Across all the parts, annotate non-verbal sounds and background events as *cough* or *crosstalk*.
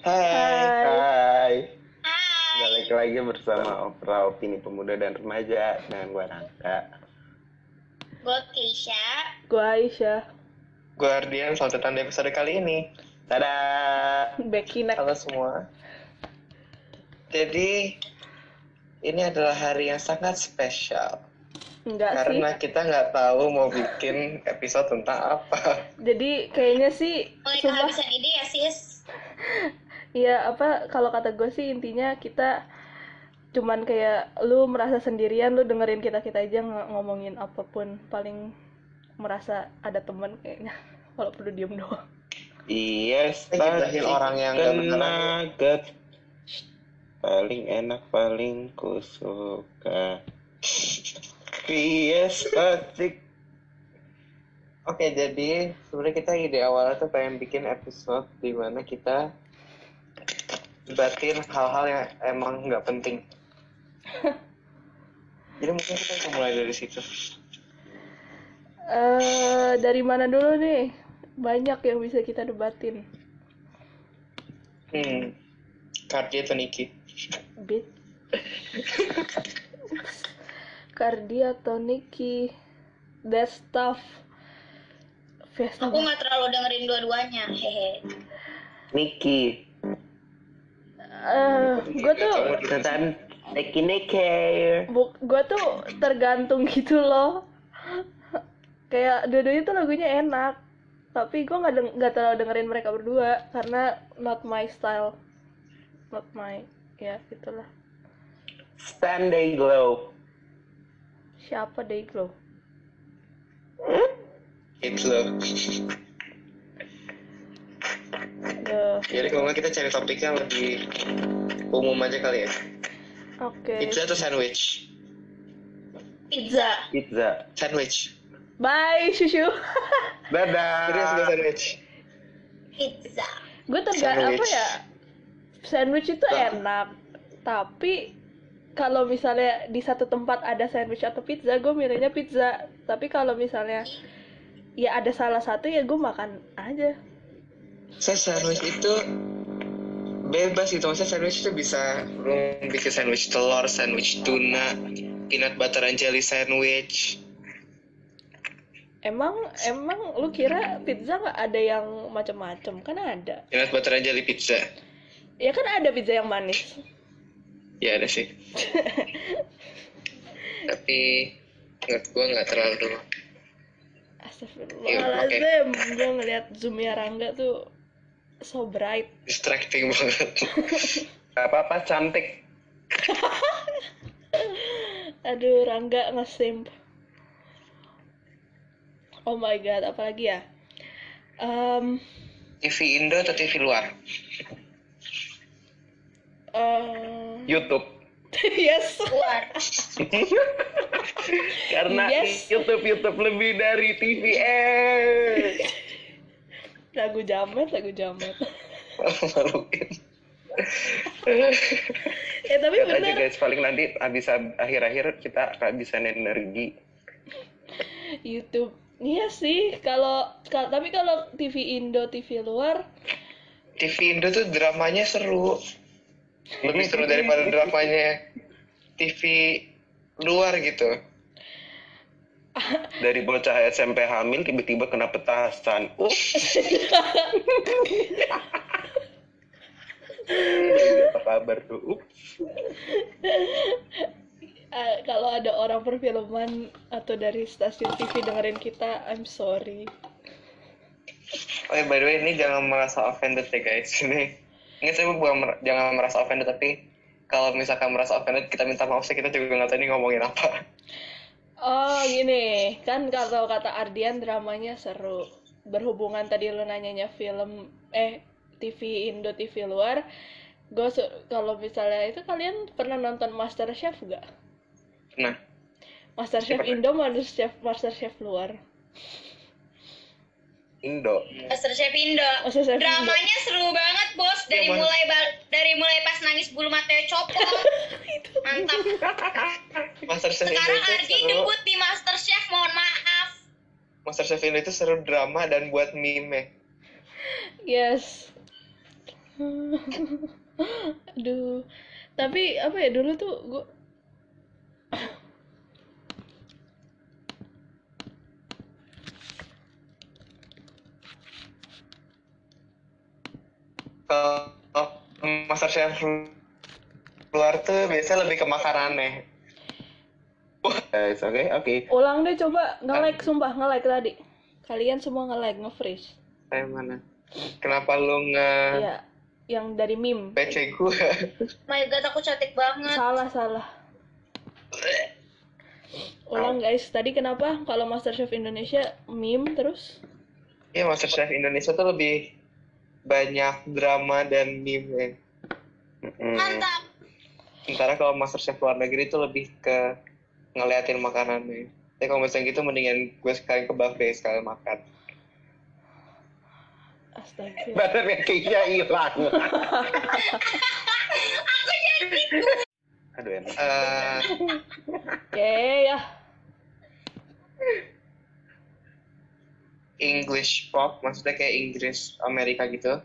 Hai, Hai. hai. Hai. Balik lagi bersama Opera Opini Pemuda dan Remaja dengan gue Rangga. Gue Keisha. Gue Aisyah, Gue Ardian, selamat datang di episode kali ini. Tada! Bekinak. Halo semua. Jadi, ini adalah hari yang sangat spesial. Enggak sih. karena kita nggak tahu mau bikin episode tentang apa. Jadi kayaknya sih, Mulai sumpah, kehabisan ide ya sis. ya apa kalau kata gue sih intinya kita cuman kayak lu merasa sendirian, lu dengerin kita kita aja ng- ngomongin apapun, paling merasa ada temen kayaknya, *laughs* walaupun lu diem doang. Iya, Gibahin orang yang nggak ya? beneran. nugget. Paling enak, paling ku suka. Yes, asik. Oke, jadi sebenarnya kita ide awalnya tuh pengen bikin episode di mana kita debatin hal-hal yang emang nggak penting. *laughs* Jadi mungkin kita bisa mulai dari situ. eh dari mana dulu nih? Banyak yang bisa kita debatin. Hmm, Kardi atau Niki? Bit. Cardi atau Niki? That stuff. Fiesta Aku nggak terlalu dengerin dua-duanya. Hehe. Niki. gue Nah, tuh Tentang Niki Niki. bu, gua tuh tergantung *laughs* gitu loh kayak dua-duanya tuh lagunya enak tapi gue nggak deng- nggak terlalu dengerin mereka berdua karena not my style not my ya gitulah Sunday Glow. siapa day glow Itu loh. The- Jadi kalau nggak kita cari topik yang lebih umum aja kali ya. oke Pizza atau sandwich? Pizza. Pizza. Sandwich. bye susu Serius gak Dadah. sandwich? Pizza. gue tergantung apa Sandwich. ya sandwich itu enak tapi kalau misalnya di satu tempat ada sandwich atau pizza gue milihnya pizza tapi kalau misalnya ya ada salah satu ya gue makan aja Saya sandwich itu bebas gitu. Maksudnya sandwich itu bisa lu bikin sandwich telur, sandwich tuna, peanut butter and jelly sandwich. emang emang lu kira pizza nggak ada yang macam-macam kan ada Peanut butter and jelly pizza. ya kan ada pizza yang manis Ya ada *laughs* sih. Tapi menurut gua nggak terlalu dulu. Astagfirullahaladzim gue ngeliat zoomnya Rangga tuh so bright Distracting banget. Gak apa-apa, cantik. Aduh, Rangga nge-simp. Oh my god, apalagi ya? Um, TV Indo atau TV luar? eh, *laughs* YouTube. yes. Luar. Karena Yes. YouTube YouTube lebih dari TV. *laughs* Eh. Lagu jamet, lagu jamet. Maluin. eh, tapi Lihat aja bener. guys, paling nanti habis akhir-akhir kita kehabisan energi. YouTube. Iya sih, kalau kal- tapi kalau TV Indo, TV luar, TV Indo tuh dramanya seru. Lebih seru *laughs* daripada dramanya TV luar gitu. Dari bocah SMP hamil tiba-tiba kena petasan. Uh, apa kabar tuh? Ups. eh, kalau ada orang perfilman atau dari stasiun TV dengerin kita, I'm sorry. Oh ya, by the way, ini jangan merasa offended ya guys. *laughs* Ini, ini saya bukan mer- jangan merasa offended, tapi kalau misalkan merasa offended, kita minta maaf sih, kita juga nggak tahu ini ngomongin apa. *laughs* Oh gini, kan kalau kata Ardian dramanya seru. Berhubungan tadi lu nanyanya film eh TV Indo TV luar, gue kalau misalnya itu kalian pernah nonton MasterChef gak? Nah, MasterChef Pernah. Indo, MasterChef MasterChef luar. Indo. Master Chef Indo. MasterChef Indo. Dramanya seru banget bos. Dari Yang mana? mulai bal- dari mulai pas nangis bulu matanya copot. Mantap. Master Chef Indo Sekarang itu Ardi seru, debut di Master Chef. Mohon maaf. Master Chef Indo itu seru drama dan buat meme. Yes. *laughs* Aduh. Tapi apa ya dulu tuh gua Kalau master chef luar tuh biasanya lebih ke ya. makanannya. Eh, it's okay, oke. ulang deh coba nge-lag sumpah nge-lag tadi. Kalian semua nge-lag, nge-freeze. Saya mana? Kenapa lu nge Iya, yang dari meme. Iya. PC gue? My god, aku cantik banget. Salah, salah. Ulang guys, tadi kenapa kalau MasterChef Indonesia meme terus? *laughs* Iya master chef Indonesia tuh lebih banyak drama dan meme. Mm-mm. Mantap. Sementara kalau master chef luar negeri tuh lebih ke ngeliatin makanannya. Tapi kalau misalnya gitu mendingan gue sekalian ke buffet sekalian makan. Astaga. Butter pancake-nya hilang. *laughs* Aduh, enak. Eh, Oke ya. English pop, maksudnya kayak Inggris Amerika gitu,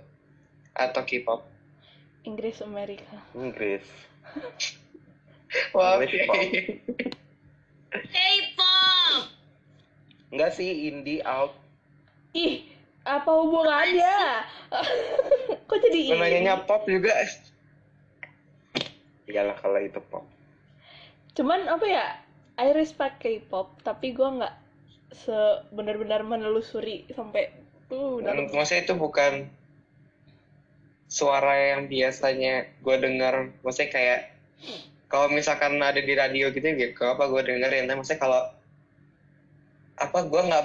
atau K-pop. Inggris Amerika. Inggris. Wah, English pop. K-pop. Enggak sih, indie out. Ih, apa hubungannya? *laughs* Kok Lu jadi nanyanya pop juga. Iyalah kalau itu pop. Cuman apa ya? I respect K-pop, tapi gua nggak sebenar-benar menelusuri sampai tuh dalam. Maksudnya itu bukan suara yang biasanya gue dengar. Maksudnya kayak kalau misalkan ada di radio gitu ya, gak apa gue dengerin. Tapi maksudnya kalau apa gue nggak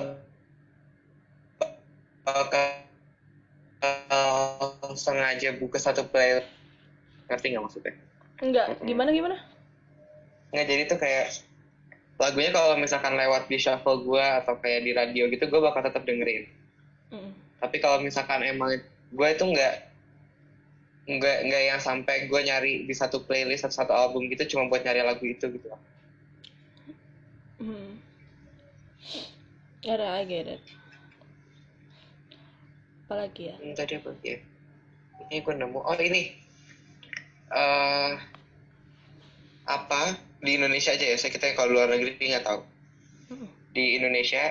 bakal sengaja buka satu playlist ngerti nggak maksudnya? Enggak, gimana gimana? Nggak jadi tuh kayak lagunya kalau misalkan lewat di shuffle gue atau kayak di radio gitu gue bakal tetap dengerin. Mm. Tapi kalau misalkan emang gue itu nggak nggak nggak yang sampai gue nyari di satu playlist atau satu album gitu cuma buat nyari lagu itu gitu. Hmm. Ada, I get it. Apalagi ya? *laughs* Hmm, tadi apa ya? Ini gue nemu. Oh ini eh apa di Indonesia aja ya? Saya kita kalau luar negeri nggak tahu. Hmm. Mm. Di Indonesia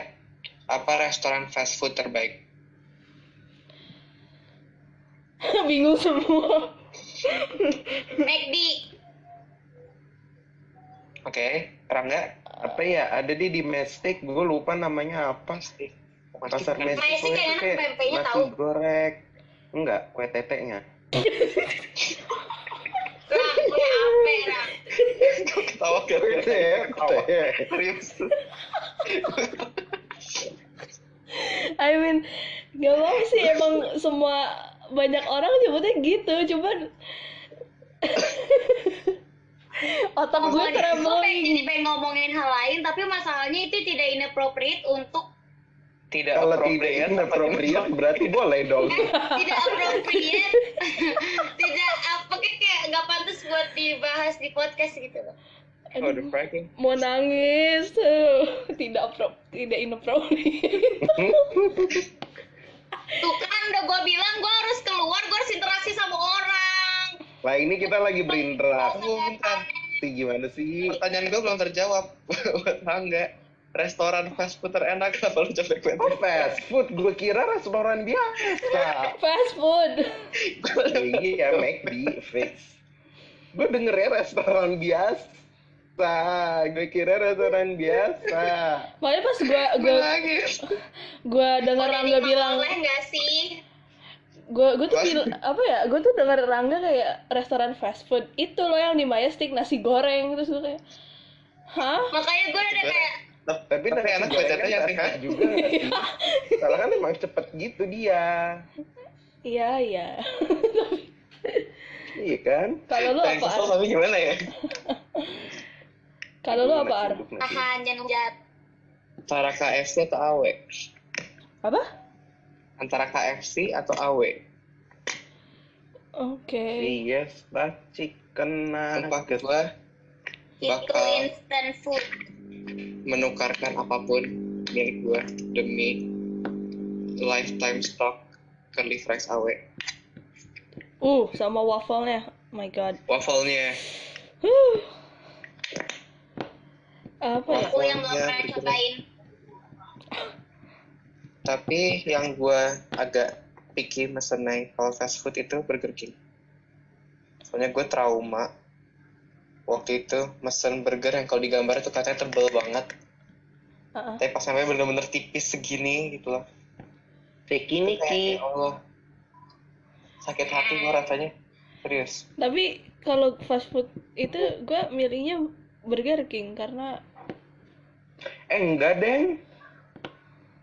apa restoran fast food terbaik? Bingung semua. McD. Oke, Rangga. Apa ya, ada di domestic, gue lupa namanya apa sih. Gitu kan. Pasar Bukan- *laughs* Mexico Messi Nah, ya kayak enak, pempeknya nasi tahu. goreng. Enggak, kue teteknya. Rang, punya apa, ya, Rang? Ketawa gak? Kue tetek, kue tetek. Serius. I mean, gak mau sih emang semua banyak orang nyebutnya gitu, cuman *laughs* otak gue Sorry, Gue pengen, traveling. pengen ngomongin hal lain, tapi masalahnya itu tidak inappropriate untuk Tidak Kalau tidak appropriate, apa inappropriate berarti boleh dong. tidak appropriate, *laughs* tidak apa kayak nggak pantas buat dibahas di podcast gitu loh. gimana? Waduh, Frankie. Mau nangis tuh, tidak pro, tidak inappropriate. Tuh kan udah gue bilang gue harus keluar, gue harus interaksi sama orang. Lah ini kita lagi berinteraksi Tunggu, bentar. gimana sih? Pertanyaan gue belum terjawab. *laughs* Rangga, restoran fast food terenak kenapa lu capek gue? Oh, fast food, gue kira restoran biasa. *laughs* Fast food. *laughs* Iya, McD, fix. Gue dengernya restoran biasa. Gue kira restoran biasa. Makanya pas gue Gue gue nangis. gue denger Udah Rangga bilang Oleh nggak sih? gue gue tuh Wah. bil- apa ya gue tuh denger Rangga kayak restoran fast food itu loh yang di Majestic nasi goreng terus gue kayak hah Makanya gue udah kayak Tapi ya? Tapi nasi enak gorengnya konsepnya fast sih, food Kak. juga. nggak sih? Soalnya kan emang cepet gitu dia. iya iya Iya kan? kalau lu Pengen apa kesel Ar? tapi gimana ya? kalau lu apa Ar? tahan jangan hujat. Antara KFC atau AW? apa Antara KFC atau AW? oke Yes, Iya, chicken Sumpah nugget. gue Itu Bakal. instant food. menukarkan apapun milik gue demi lifetime stock curly fries AW. Uh, sama waffle-nya. My god. waffle-nya. Huh. Apa ya? Aku yang belum Iya, pernah betul. cobain. Tapi yang gua agak picky mengenai kalau fast food itu Burger King. Soalnya gue trauma waktu itu mesen burger yang kalau digambar itu katanya tebel banget. Uh-uh. Tapi pas sampai bener-bener tipis segini gitu loh. Vicky Kayak, Niki. ya Allah. Sakit hati gue rasanya. Serius. Tapi kalau fast food itu gue milihnya Burger King karena Eh enggak deng.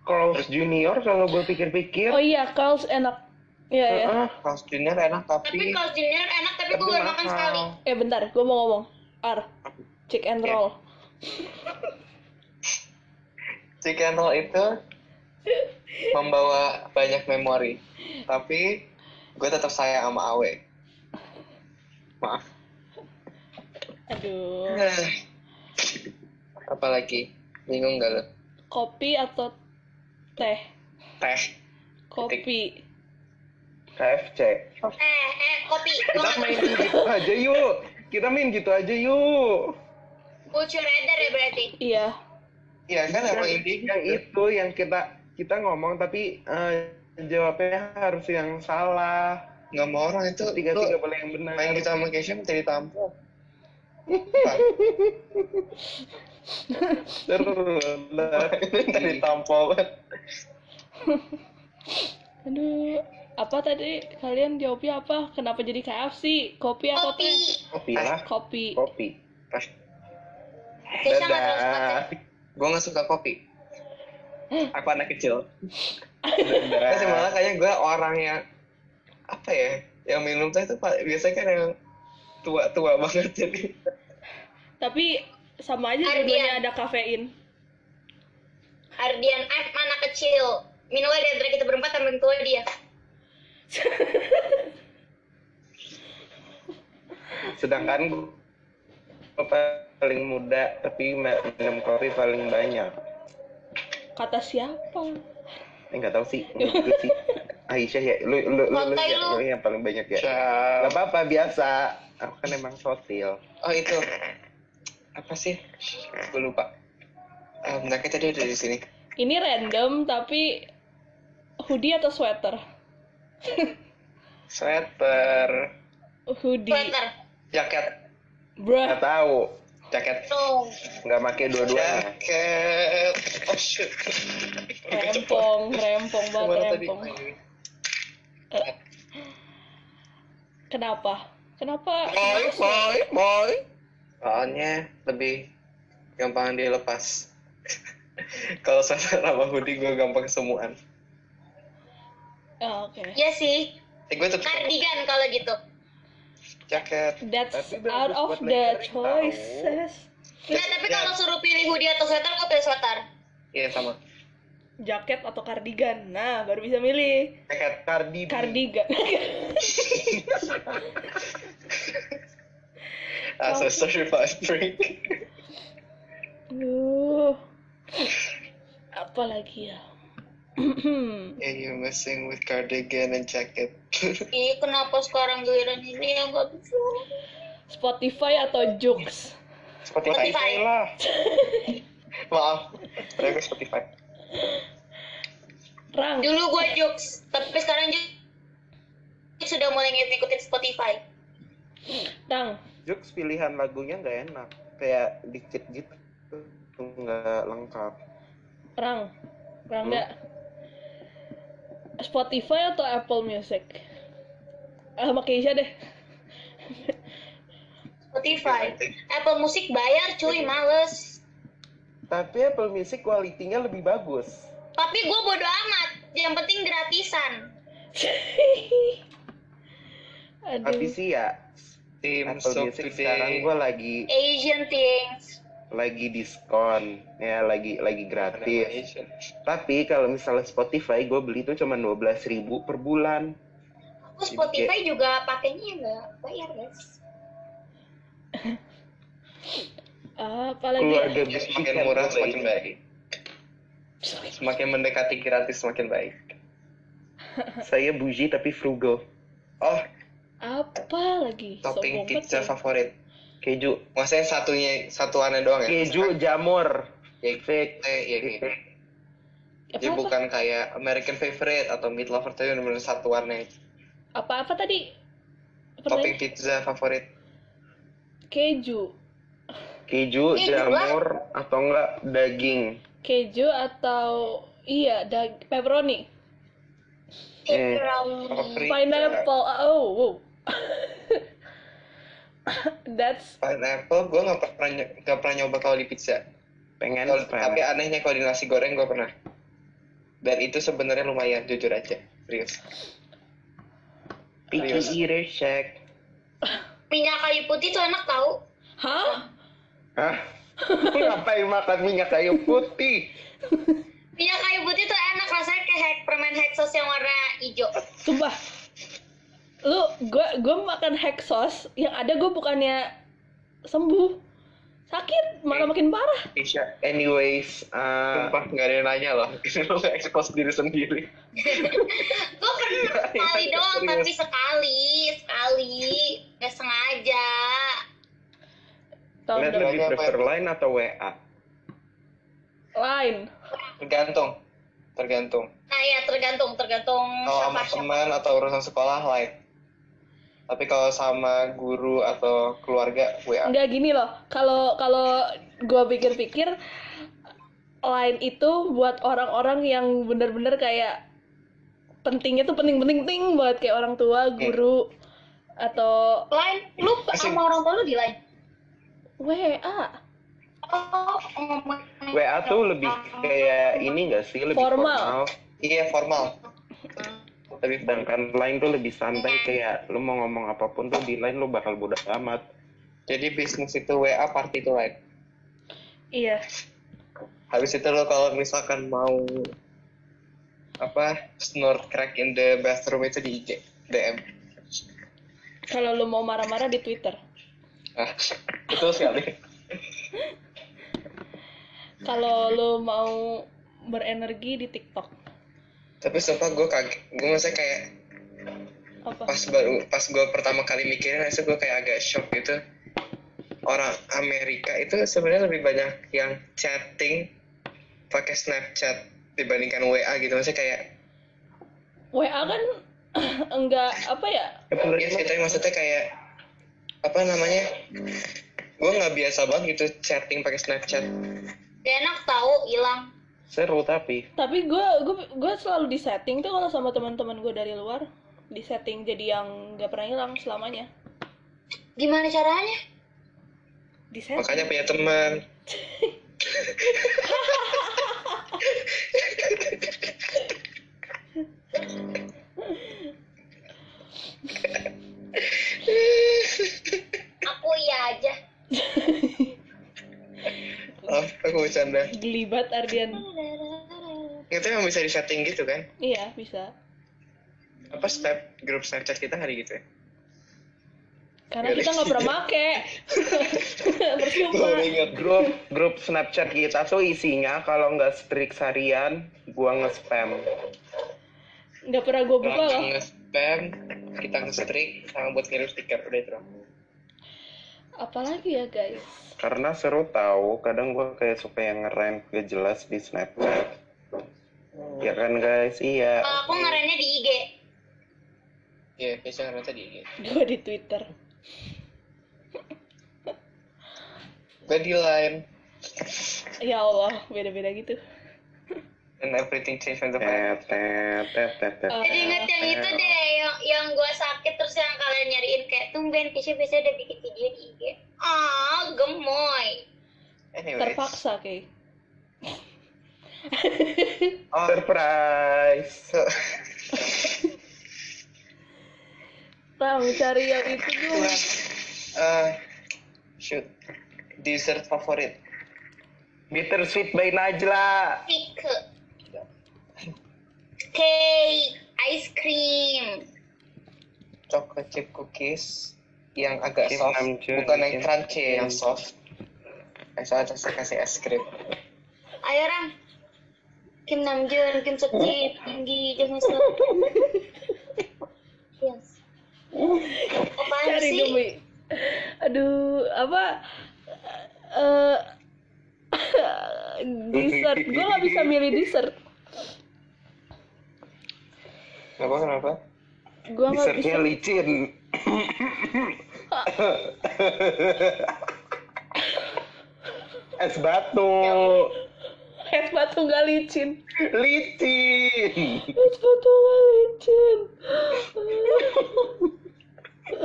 Carl's Junior kalau gue pikir-pikir. oh iya Carl's enak. Iya ya. Heeh. Kalau dinner enak Tapi tapi kalau dinner enak, tapi tapi gue baru makan mahal. sekali. Eh bentar, gue mau ngomong. R, check and roll. Chicken roll itu membawa banyak memori. Tapi gue tetap sayang sama Awe. Maaf. Aduh. Eh, *sighs* Apalagi bingung gak lo? Kopi atau teh? Teh. Kopi. iya. KFC. Eh, eh, kopi. Gue Kita gak main gitu aja yuk. Kita main gitu aja yuk. Culture radar ya berarti. Iya. Iya kan emang Yang, ini yang itu yang kita kita ngomong tapi eh, jawabnya harus yang salah. nggak mau orang itu Tiga lo tiga boleh yang benar. main kita sama Kesha minta *laughs* ditampol. *laughs* Minta Terus. ditampol. Aduh. Apa tadi kalian jawabnya apa? Kenapa jadi KFC? Ya, Kopi atau Kopi. teh? Kopi lah. Kopi. Kopi. Kesha nggak terlalu ya. suka teh. Dadah. Gue nggak suka kopi. *gasps* Aku anak kecil. Terus yang malah Dadah. kayaknya gue orang yang apa ya? Yang minum teh itu pa- biasanya kan yang tua-tua banget jadi. Tapi sama aja Ardian. dua-duanya ada kafein. Ardian, I'm anak kecil. Minumnya di antara kita berempat sama yang tua dia. Sedangkan gue paling muda tapi minum kopi paling banyak. Kata siapa? Eh nggak tahu sih, nggak gitu sih. Aisyah ya, lu lu lu, lu, Sotoy ya, lu. lu yang paling banyak ya. Ciao. Gak apa-apa biasa. Aku kan emang sosial. Oh itu apa sih? Gue lupa. Eh, bentar kita dia ada di sini. Ini random tapi hoodie atau sweater? Sweater, Hoodie. Sweater. jaket, Bruh. Nggak tahu, jaket, Tuh. nggak pakai dua-duanya. jaket. Oh shoot. Rempong, rempong banget Kemana tadi? rempong. Eh. Kenapa? Kenapa? Boy, Kenapa sih? boy, boy. Soalnya lebih gampang dilepas. *laughs* Kalau sweater sama hoodie gue gampang kesemuan. Oh, Oke. Ya sih. Eh, gue tetap Cardigan kalau gitu. jaket. That's Tapi bagus out of buat the lettering, choices. Nah, tapi kalau suruh pilih hoodie atau sweater, gue pilih sweater. Iya sama. Jaket atau kardigan? Nah, baru bisa milih. Jaket. Kardi. Kardigan. Ah, so sorry for break. Aduh. Apa lagi ya? *clears throat* Yeah, you're messing with cardigan and jacket. *laughs* Ih, kenapa sekarang giliran ini yang gak bisa? Spotify atau Joox? Spotify. Spotify. lah. *laughs* Maaf, saya ke Spotify. Rang, Dulu gue jokes, tapi sekarang jokes sudah mulai ngikutin Spotify. Rang. Jux pilihan lagunya nggak enak, kayak dikit gitu, nggak lengkap. Rang, Hmm? Rangga. Spotify atau Apple Music? Ah, sama Keisha deh. *laughs* Spotify. Apple Music bayar cuy, males. Tapi Apple Music kualitinya lebih bagus. Tapi gue bodo amat, yang penting gratisan. Tapi Aduh. sih ya, Tim Apple Soap Music sekarang Today. gue lagi Asian things. lagi diskon, ya lagi lagi gratis. Animation. Tapi kalau misalnya Spotify, gue beli tuh cuma 12.000 per bulan. Aku Spotify juga pakainya yang gak bayar guys. Apa lagi? ya? Keluarga kan Ya, gue semakin murah semakin baik. Semakin mendekati gratis semakin baik. Saya bougie tapi frugal. Oh, Apa lagi? topping Sombong pizza banget ya. favorit keju maksudnya satunya satuannya doang ya keju jamur ya, fake eh, ya, gitu. Apa, Jadi apa? bukan kayak American Favorite atau Meat Lover tapi benar-benar satuannya apa apa tadi? topping Pertanyaan- pizza favorit Keju. keju Keju jamur atau enggak daging Keju atau iya dag pepperoni, Eh, Paprika, pineapple. Oh, wow. *laughs* That's pineapple gue nggak pernah ny- nggak pernah nyoba kalau di pizza pengen Kalau- tapi pengen. anehnya kalau di nasi goreng gue pernah dan itu sebenarnya lumayan jujur aja serius picky eater shack minyak kayu putih tuh enak tau hah? Hah? *laughs* Ngapain makan minyak kayu putih? minyak kayu putih tuh enak rasanya kayak hek- permen hexos yang warna hijau Sumpah. Lu gua gua makan hack sauce yang ada gua bukannya sembuh. Sakit, Hmm. malah makin parah. Isya Anyways, uh, Iya. sumpah nggak ada yang nanya loh *laughs* lu nggak expose diri sendiri gue Iya, pernah sekali doang tapi sekali sekali nggak sengaja Tahun kalian depan. lebih prefer line atau WA? Lain. tergantung tergantung nah ya tergantung tergantung kalau Oh, sama siapa siapa teman atau urusan sekolah lain tapi kalau sama guru atau keluarga WA Enggak gini loh, kalau kalau gue pikir-pikir line itu buat orang-orang yang bener-bener kayak pentingnya tuh penting-penting buat kayak orang tua, guru atau lain lu sama orang tua lu di lain WA oh ngomong WA tuh lebih kayak ini gak sih? Lebih Formal. formal. iya formal Tapi sedangkan line tuh lebih santai kayak lu mau ngomong apapun tuh di line lu bakal bodoh amat. jadi bisnis itu WA party itu lain iya. habis itu lo kalau misalkan mau apa snort crack in the bathroom itu di IG DM Kalau lu mau marah-marah di Twitter. nah, betul sekali Kalau lu mau berenergi di TikTok. tapi sumpah gue kaget gue masa kayak Apa? pas baru pas gue pertama kali mikirin itu gue kayak agak shock gitu orang Amerika itu sebenarnya lebih banyak yang chatting pakai Snapchat dibandingkan WA gitu maksudnya kayak WA kan *clears throat* enggak apa ya? Ya, menurut Iya lu- sih, tapi maksudnya kayak apa namanya? Gue nggak biasa banget gitu chatting pakai Snapchat. gak enak tau hilang seru tapi tapi gue gue gue selalu di setting tuh kalau sama teman-teman gue dari luar di setting jadi yang nggak pernah hilang selamanya gimana caranya di setting Makanya punya teman. aku iya aja Maaf, Oh, aku bercanda. gelibat Ardian Itu emang bisa disetting gitu kan? iya bisa Apa snap grup Snapchat kita hari gitu ya? karena kita nggak pernah make percuma Baru ingat. grup grup Snapchat kita tuh isinya kalau nggak strik harian gua nge-spam. nggak pernah gue buka Kita loh nge-spam, kita nge-streak, sama buat ngirim stiker udah itu. apalagi ya guys Karena seru tahu, kadang gua kayak suka yang ngerem gak jelas di Snapchat. Oh. Ya kan guys, iya. kalau aku ngerennya di IG Iya, biasanya ngerasa di IG. gue di Twitter Gue di line. ya Allah beda-beda gitu And everything change when the fire. Tet, tet, tet, tet, tet. Eh, jadi inget yang itu deh yang yang gue sakit terus yang kalian nyariin kayak tumben Kisha biasanya udah bikin video di IG ah gemoy Anyways. terpaksa kayak Oh, Surprise. so- Tam cari yang itu dulu eh, shoot. Dessert favorit. Bittersweet by Najla. pike cake ice cream chocolate chip cookies yang agak Cookies soft, Namjoon, bukan yang mungkin. crunchy, yang soft. Eh, Saya saya kasih es krim. ayo orang Kim Namjoon Kim Seokjin Kim Gi Jung Yes. Apaan Kan apa eh *laughs* dessert gue nggak bisa milih dessert Kenapa kenapa? gue nggak bisa Dessertnya *laughs* licin. es batu es batu nggak licin licin es batu nggak licin *laughs*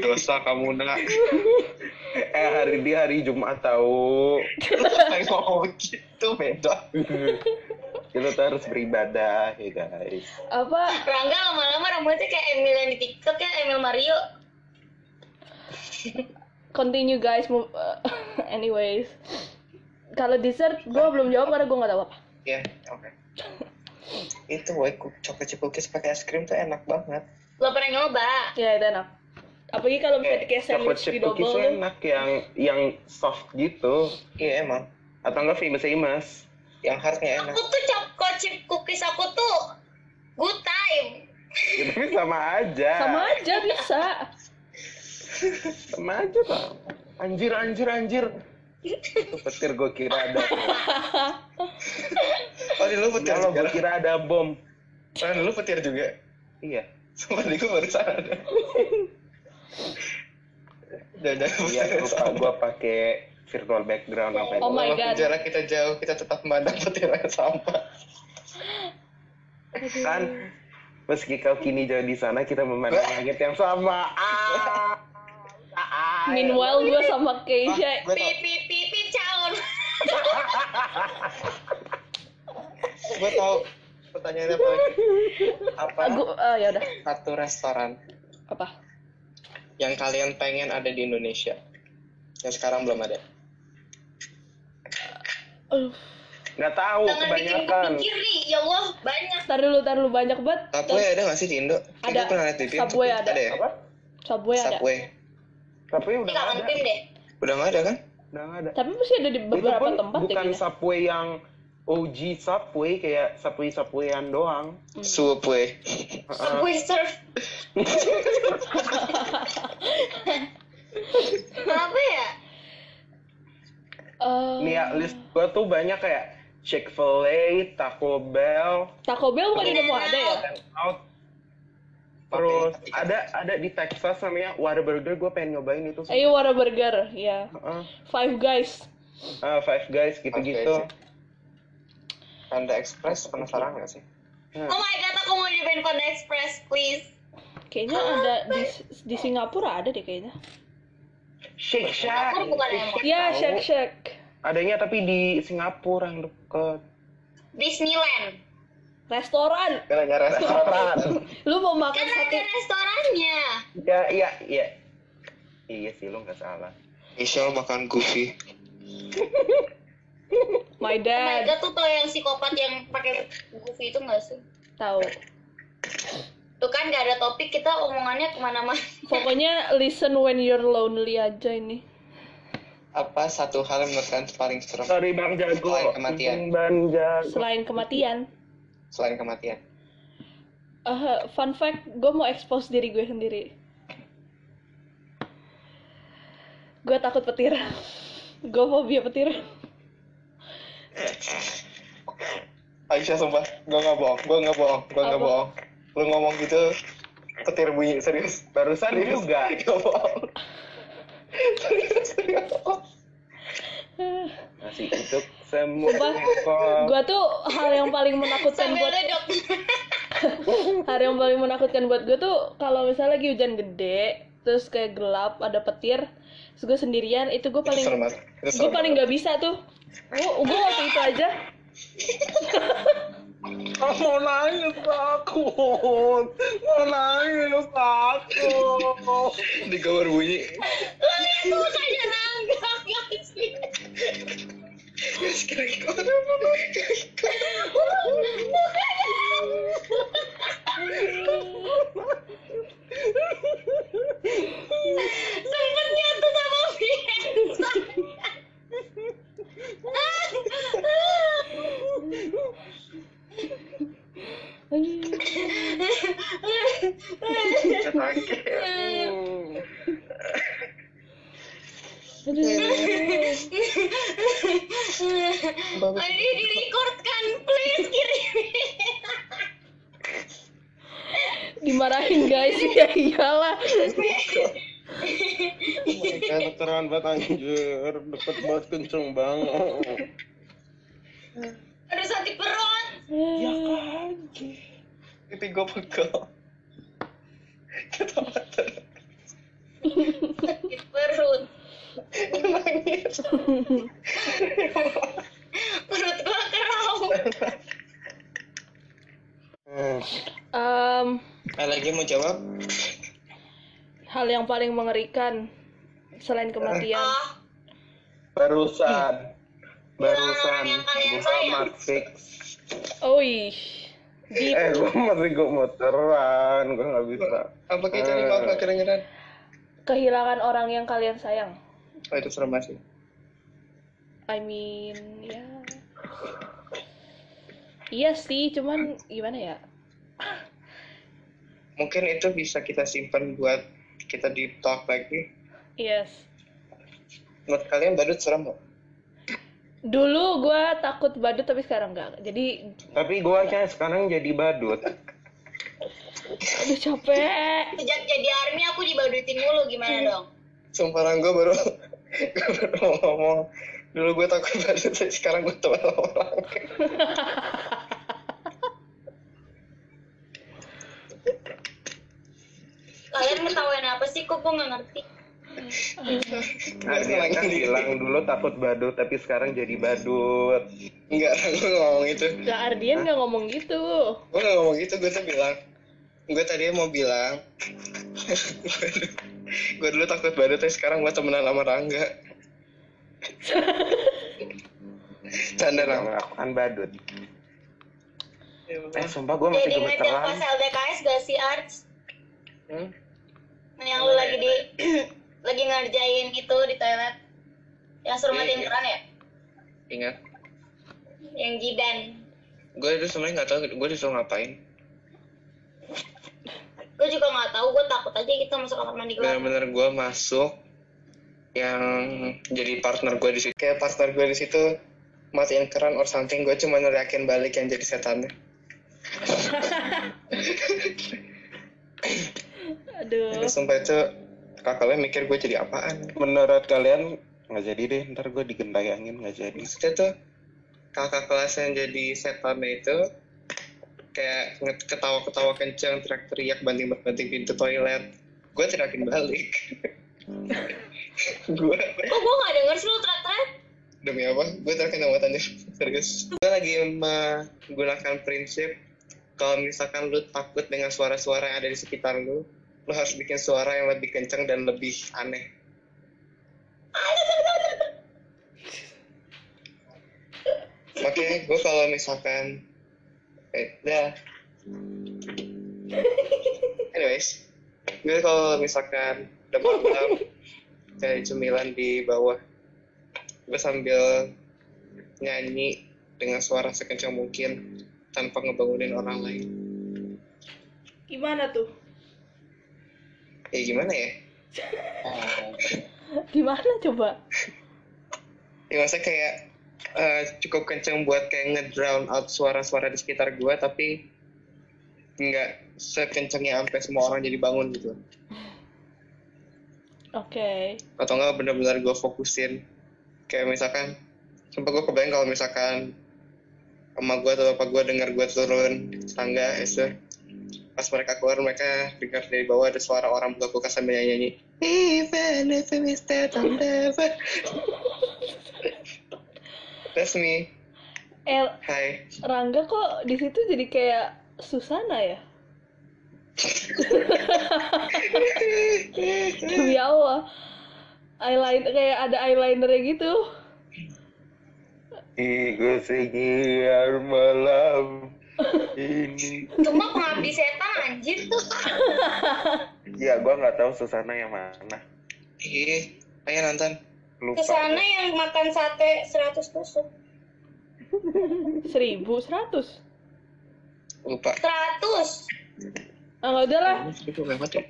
Dosa kamu nak. eh hari dia hari Jumat tahu *laughs* Saya ngomong gitu beda. kita tuh harus beribadah ya guys apa Rangga lama-lama rambutnya kayak Emil yang di TikTok ya, Emil Mario. continue guys Mo- *laughs* anyways kalau dessert gue belum jawab karena gue nggak tahu apa Ya, oke. Itu woi ku- coklat chip cookies pakai es krim tuh enak banget. Lo pernah nyoba? ya itu enak apalagi kalau bisa kayak coklat sandwich Eh, chip di cookies tuh double enak yang yang soft gitu Iya emang. atau enggak famous famous Yang hardnya enak. Aku tuh coklat chip cookies aku tuh good time. ya, tapi sama aja sama aja bisa sama aja Bang. anjir anjir *laughs* anjir itu petir gue kira ada Oh di lu petir kalau juga. gue kira ada bom Oh di lu petir juga. iya Sumpah di gua baru sadar. Dada iya lupa gue pakai virtual background apa Oh my God. Penjara kita jauh, kita tetap memandang petir yang sama. kan meski kau kini jauh di sana kita memandang langit yang sama ah meanwhile gue sama Ah, Keisha Gua tau, Pip pip pip pip caun. gua tau. Pertanyaannya apa lagi? Apa Gue, eh ya udah satu restoran apa yang kalian pengen ada di Indonesia? Yang sekarang belum ada. Aduh, nggak tahu Jangan bikin Oh, kebanyakan kuping kiri. Ya Allah, banyak. tar dulu tar dulu banyak banget Subway ada nggak sih di Indo? Kayak Ada. gua pernah lihat di film. Subway ada. ya? apa Subway ada Subway. tapi udah Ini nggak kangen ada pim deh. Udah nggak ada kan? udah nggak ada tapi pasti ada di beberapa itu pun tempat bukan ya subway yang OG subway kayak subway subwayan doang Hmm. Subway. Subway surf. Apa ya? Eh, nih ya list gue tuh banyak kayak Chick Fil A Taco Bell Taco Bell bukan udah mau ada ya out terus Tapi- ada ada di Texas namanya Whataburger gue pengen nyobain itu sih. ayo Whataburger Eh, ya Heeh. Five Guys Ah, Five Guys gitu-gitu Five Gitu. Panda Express penasaran nggak sih? Oh my god, aku mau nyobain Panda Express, please. kayaknya ada di di Singapura ada deh kayaknya Shake Shack Aku bukan yang mau. ya Tahu. Shack Shack adanya tapi di Singapura yang deket Disneyland. restoran Gara-gara *laughs* restoran. lu mau makan Kan ada sate restorannya. ya iya iya iya sih lo nggak salah Michelle makan Goofy. my Oh my dad god, tuh tau yang psikopat yang pakai Goofy itu nggak sih? tahu Tuh kan gak ada topik, kita omongannya kemana-mana. pokoknya listen when you're lonely aja ini Apa satu hal yang menurut kalian paling serem sorry bang jago Selain kematian. bang jago selain kematian selain kematian? Eh, fun fact, gue mau expose diri gue sendiri. Gue takut petir. *laughs* gue fobia petir. Aisyah sumpah, gue nggak bohong, gue nggak bohong, gue nggak Apa? bohong. Lu ngomong gitu, petir bunyi serius. *laughs* barusan juga Gak bohong. Serius, serius. masih hidup Nah, semua Sumpah. kok Gue tuh hal yang paling menakutkan Sambil buat ada dokter. hal yang paling menakutkan buat gue tuh kalau misalnya lagi hujan gede, terus kayak gelap, ada petir, terus gue sendirian, itu gue Itu paling serem banget. Itu gue serem paling gak bisa tuh. Gue gue waktu itu aja. Ah, mau nangis takut mau nangis takut banget. Di kamar bunyi. Lo lihat mukanya Rangga, guys. Mukanya Rangga. Sempet nyatu sama Fiennes. Ah. Aduh. Ini di record kan, please kirim. Dimarahin guys. *laughs* Ya iyalah. Kayak veteran banget anjir, deket banget kenceng banget. Aduh sakit perut. Pipi gue pegel. Ketawa terus. Sakit perut. Nangis. Perut gua kerau. Em, Eh, lagi mau jawab? hal yang paling mengerikan selain kematian. Oh, Barusan. Barusan. orang yang kalian Buka sayang. Marfix. Oh ih. Deep. Eh, gue masih gue muteran, gue nggak bisa. Apa kita cari apa kira-kira? Kehilangan orang yang kalian sayang. Oh itu serem banget sih. I mean, ya. Iya sih, cuman gimana ya? Mungkin itu bisa kita simpan buat kita di talk lagi. Yes. Menurut kalian badut serem nggak? Dulu gua takut badut tapi sekarang enggak. Jadi, Tapi gue kayak sekarang jadi badut. aduh capek. sejak jadi army aku dibadutin mulu gimana dong? Sumparan gue baru *laughs* gue baru mau ngomong. Dulu gue takut *laughs* badut, tapi sekarang gue teman sama orang. Kalian ngetawain apa sih? Kok gua nggak ngerti? Gue Dia kan bilang dulu takut badut, tapi sekarang jadi badut. Enggak, gue nggak ngomong itu. Gak Ardian nggak ngomong gitu. Gue nggak ngomong gitu, gue tuh bilang. Gue tadi mau bilang. *laughs* gue dulu takut badut, tapi sekarang gue temenan sama Rangga. Canda Yang Rangga. melakukan badut. Eh, sumpah gue masih Jadi inget yang gemeteran. pas LDKS gak sih Arts? Hmm? Nah, Iya, yang lu lagi di *clears throat* lagi ngerjain itu di toilet yang suruh matiin Iya. keran ya? Ingat. Yang jidan. Gue itu sebenarnya nggak tahu gue disuruh ngapain. Gue juga nggak tahu, gue takut aja gitu masuk kamar mandi gue. benar-benar gue masuk yang jadi partner gue di situ kayak partner gue di situ matiin keran or something gue cuma neriakin balik yang jadi setannya Aduh. Ini sumpah itu kakaknya mikir gue jadi apaan Menurut kalian nggak jadi deh, ntar gue digendai angin nggak jadi. maksudnya tuh kakak kelas yang jadi setannya itu kayak nge- ketawa-ketawa kenceng teriak-teriak banting-banting pintu toilet gue teriakin balik *laughs* ya? gue Kok gue nggak denger sih lu teriak-teriak? demi apa? Gue terakhir nama tanya *laughs* serius. Gue lagi menggunakan prinsip kalau misalkan lu takut dengan suara-suara yang ada di sekitar lu, lu harus bikin suara yang lebih kenceng dan lebih aneh. Makanya gue kalau misalkan eh, dah. Anyways, gue kalau misalkan udah malam cari cemilan di bawah gue sambil nyanyi dengan suara sekencang mungkin tanpa ngebangunin orang lain Gimana tuh? *laughs* ya gimana ya Gimana coba? ya maksudnya kayak eh, cukup kenceng buat kayak ngedrown out suara-suara di sekitar gue tapi nggak sekencengnya sampai semua orang jadi bangun gitu Oke. atau enggak benar-benar gue fokusin kayak misalkan sumpah gue kebayang kalau misalkan emak gue atau bapak gue dengar gue turun tangga itu pas mereka keluar mereka dengar dari bawah ada suara orang buka kulkas sambil nyanyi Even if we stay on never *laughs* That's me El Hai Rangga kok di situ jadi kayak Susana ya? Demi Allah. Eyeliner kayak ada eyelinernya gitu. Gue sekian malam ini. Cuma pengabdi setan anjir tuh. Ya gue nggak tahu Susana yang mana. Ih Ayo nonton Lupa. Kesana yang makan sate 100 tusuk. Seribu seratus. Lupa 100. Ah nggak udah lah. Itu banget ya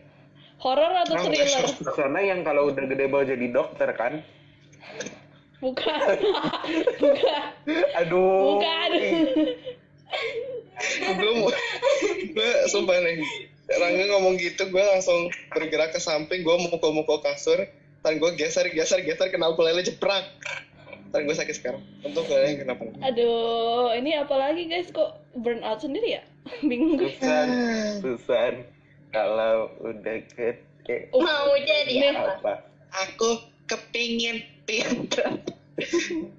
Horor atau Emang nggak thriller? sih? Susana yang kalau udah gede mau jadi dokter kan? *laughs* Bukan. Oh. Bukan. Aduh. Bukan. Gue belum gue sumpah nih Rangga ngomong gitu gue langsung bergerak ke samping gue mukul-mukul kasur dan gue geser geser geser kena ukulele jeprak dan gue sakit sekarang untuk ukulele kenapa Aduh, ini apa lagi guys kok burn out sendiri ya? *laughs* Bingung gue. Susan, Hmm. Susan, kalau udah gede Oh, Mau Iya. jadi apa? apa? aku kepingin pinter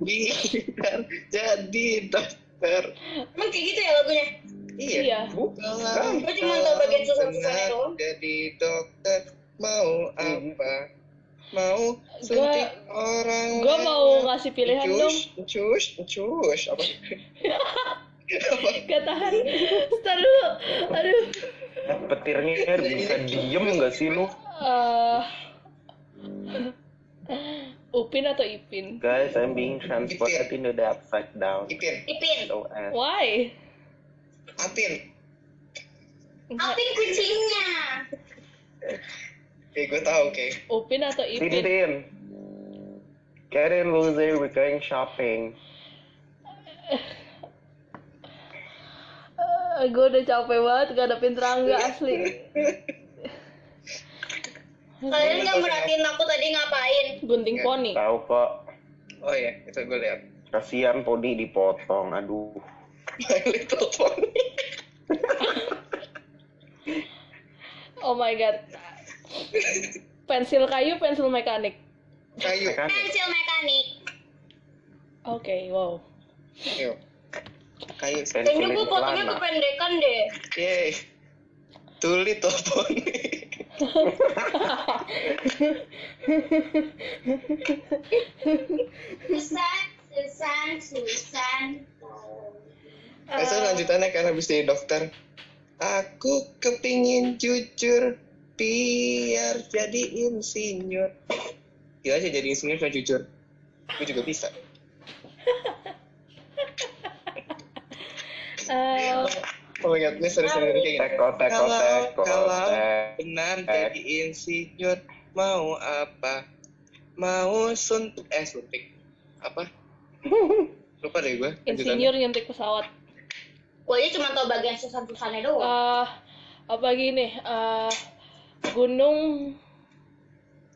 biar jadi dokter Emang kayak gitu ya lagunya? Iya. bukan Gua cuma tahu bagian susah-susahnya Pernah doang. jadi dokter mau apa mau Gua- suntik orang gue mau lain. ngasih pilihan dong. Cus, cus, apa? Apa? Gak tahan. Ntar dulu. Aduh. Eh, Petirnya bisa diem gak sih lu? Eh, Upin atau Ipin? Guys, I'm being transported into the upside down. Ipin, Ipin. So, eh, Why? Apin. Nggak. Alvin kucingnya. Oke, gue tahu, oke. Upin atau Sini, Ipin? Din. Get in, loser. We're going shopping. gue Eh, udah capek banget ngadepin Rangga asli. Kalian Iya, nggak merhatiin aku tadi ngapain? Gunting poni. Tahu kok. Oh iya, itu gue lihat. *laughs* Kasihan Podi dipotong. Aduh. My Little Pony. Oh my god. Pensil kayu, pensil mekanik. Kayu. Kan? Pensil mekanik. Oke, wow. Yuk. Kayu. Kayaknya Pensilin gue fotonya celana. kependekan deh. Yeay. Two Little Pony. Susan, Susan, Susan. Ah. Itu lanjutannya kan habis jadi dokter. Aku kepingin jujur biar jadi insinyur. Gila aja jadi insinyur cuma jujur. Gue juga bisa. Eh, Oh my god, ini serius-serius kayak gini. Teko, teko, Kalau- teko, kalau- teko. Benar jadi insinyur mau apa? Mau suntik eh suntik. Apa? Lupa deh gue. insinyur nyentik pesawat. Gue aja cuma tau bagian susan-susannya doang. Eh, apa gini? Eh, gunung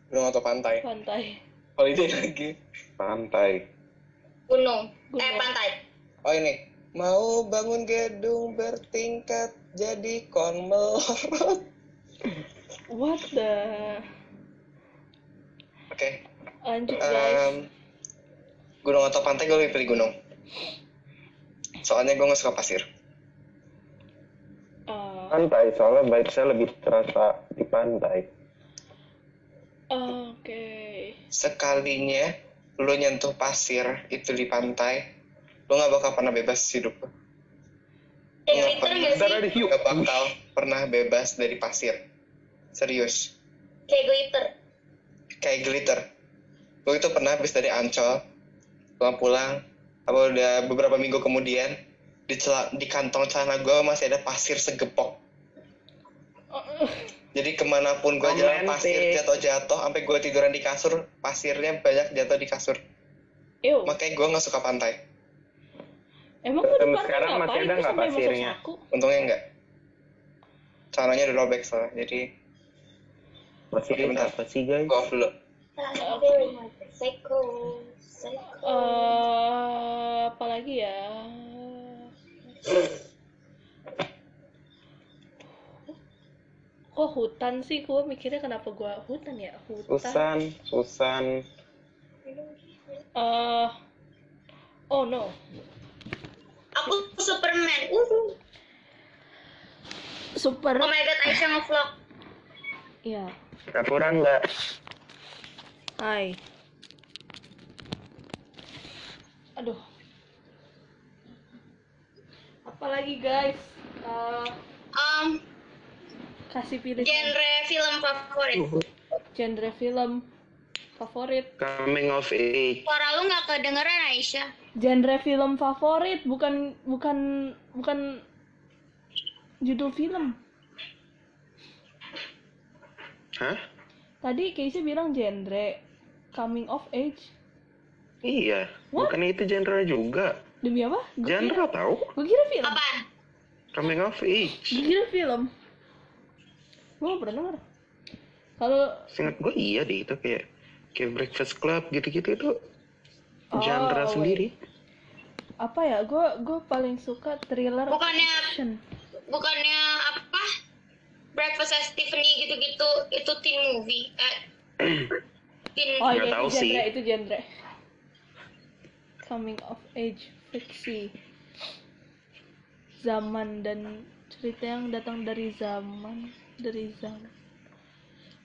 Gunung atau pantai? pantai. Holiday lagi. Pantai. Gunung. Eh, Gunung. pantai. Oh ini. Mau bangun gedung bertingkat jadi konmelorot. What the? Oke. Lanjut guys. em, gunung atau pantai gue lebih pilih gunung. Soalnya gue gak suka pasir. Eh, Pantai, soalnya baik saya lebih terasa di pantai. Oke. Sekalinya lu nyentuh pasir itu di pantai, lu gak bakal pernah bebas hidup. Eh, Iya, glitter nggak Bentar sih? ada hiu. Gak bakal pernah bebas dari pasir. Serius. Kayak glitter. Kayak glitter. Gue itu pernah habis dari Ancol, pulang-pulang, apa udah beberapa minggu kemudian, di, cela- di kantong celana gue masih ada pasir segepok. Jadi kemanapun gue jalan Romantis. pasir jatuh-jatuh, sampai gue tiduran di kasur, pasirnya banyak jatuh di kasur. Ew, Makanya gue nggak suka pantai. emang lu di Sampai pantai sekarang masih ngapain? ada Lu nggak sampai masuk pasirnya? saku? Untungnya enggak. Celananya udah robek soalnya, jadi Masih Oke, bentar. apa sih, guys? gue off dulu. Psycho. Psycho. Eh, apalagi ya? Kok hutan sih? Gue mikirnya kenapa gua hutan ya? Hutan. Susan, Susan. Eh, oh no. Aku Superman. Uh. Super. Oh my god, Aisyah ngevlog. Iya. Aku Rangga. Hai. Aduh. Apalagi guys? Eh, Um, kasih pilihan genre film favorit. genre film favorit. Coming of age. Suara lu nggak kedengeran Aisyah. genre film favorit bukan bukan bukan judul film Hah? tadi Casey bilang genre coming of age Iya, What? bukan itu genre juga. Demi apa? Gue kira, Genre tahu? gua kira film. Apaan? Coming of age. Gue kira film. Gue gak pernah denger. Kalau Seingat gue iya deh itu kayak kayak Breakfast Club gitu-gitu itu Oh, genre wait. sendiri. apa ya? Gue gue paling suka thriller Bukannya- action. Bukannya apa? Breakfast at Tiffany gitu-gitu itu teen movie. Eh, teen Oh Nggak iya tahu itu genre, sih. itu genre. Coming of age fiksi. Zaman dan cerita yang datang dari zaman, dari zaman.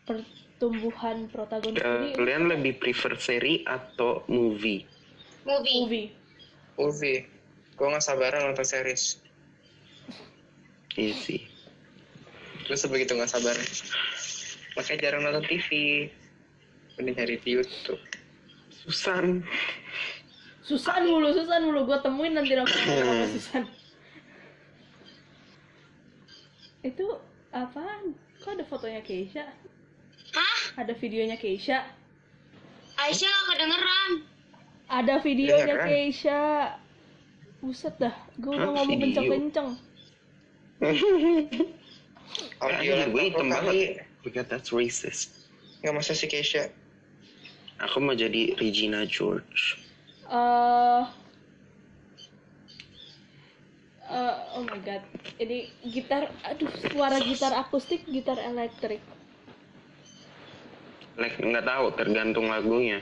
Pertumbuhan protagonis Eh, ini kalian lebih prefer seri atau movie? movie. movie. Uvi, gue nggak sabaran nonton series. Iya sih. Gue sebegitu nggak sabaran. Makanya jarang nonton TV. Mending nyari di YouTube. Susan. Susan mulu, Susan mulu. Gue temuin nanti aku *clears throat* sama Susan. Itu apaan? Kok ada fotonya Keisha? Hah? Ada videonya Keisha? Aisyah gak kedengeran. Ada videonya Beneran? Keisha. Buset dah, gue udah Iya kan? Hah, ngomong video? kenceng-kenceng. Audio Anjir, gue laptop hitam lo kali. banget. Because that's racist. Nggak masuk si Keisha. Aku mau jadi Regina George. Eh, eh, oh my god, ini gitar, aduh suara gitar akustik, gitar elektrik. Like nggak tahu tergantung lagunya.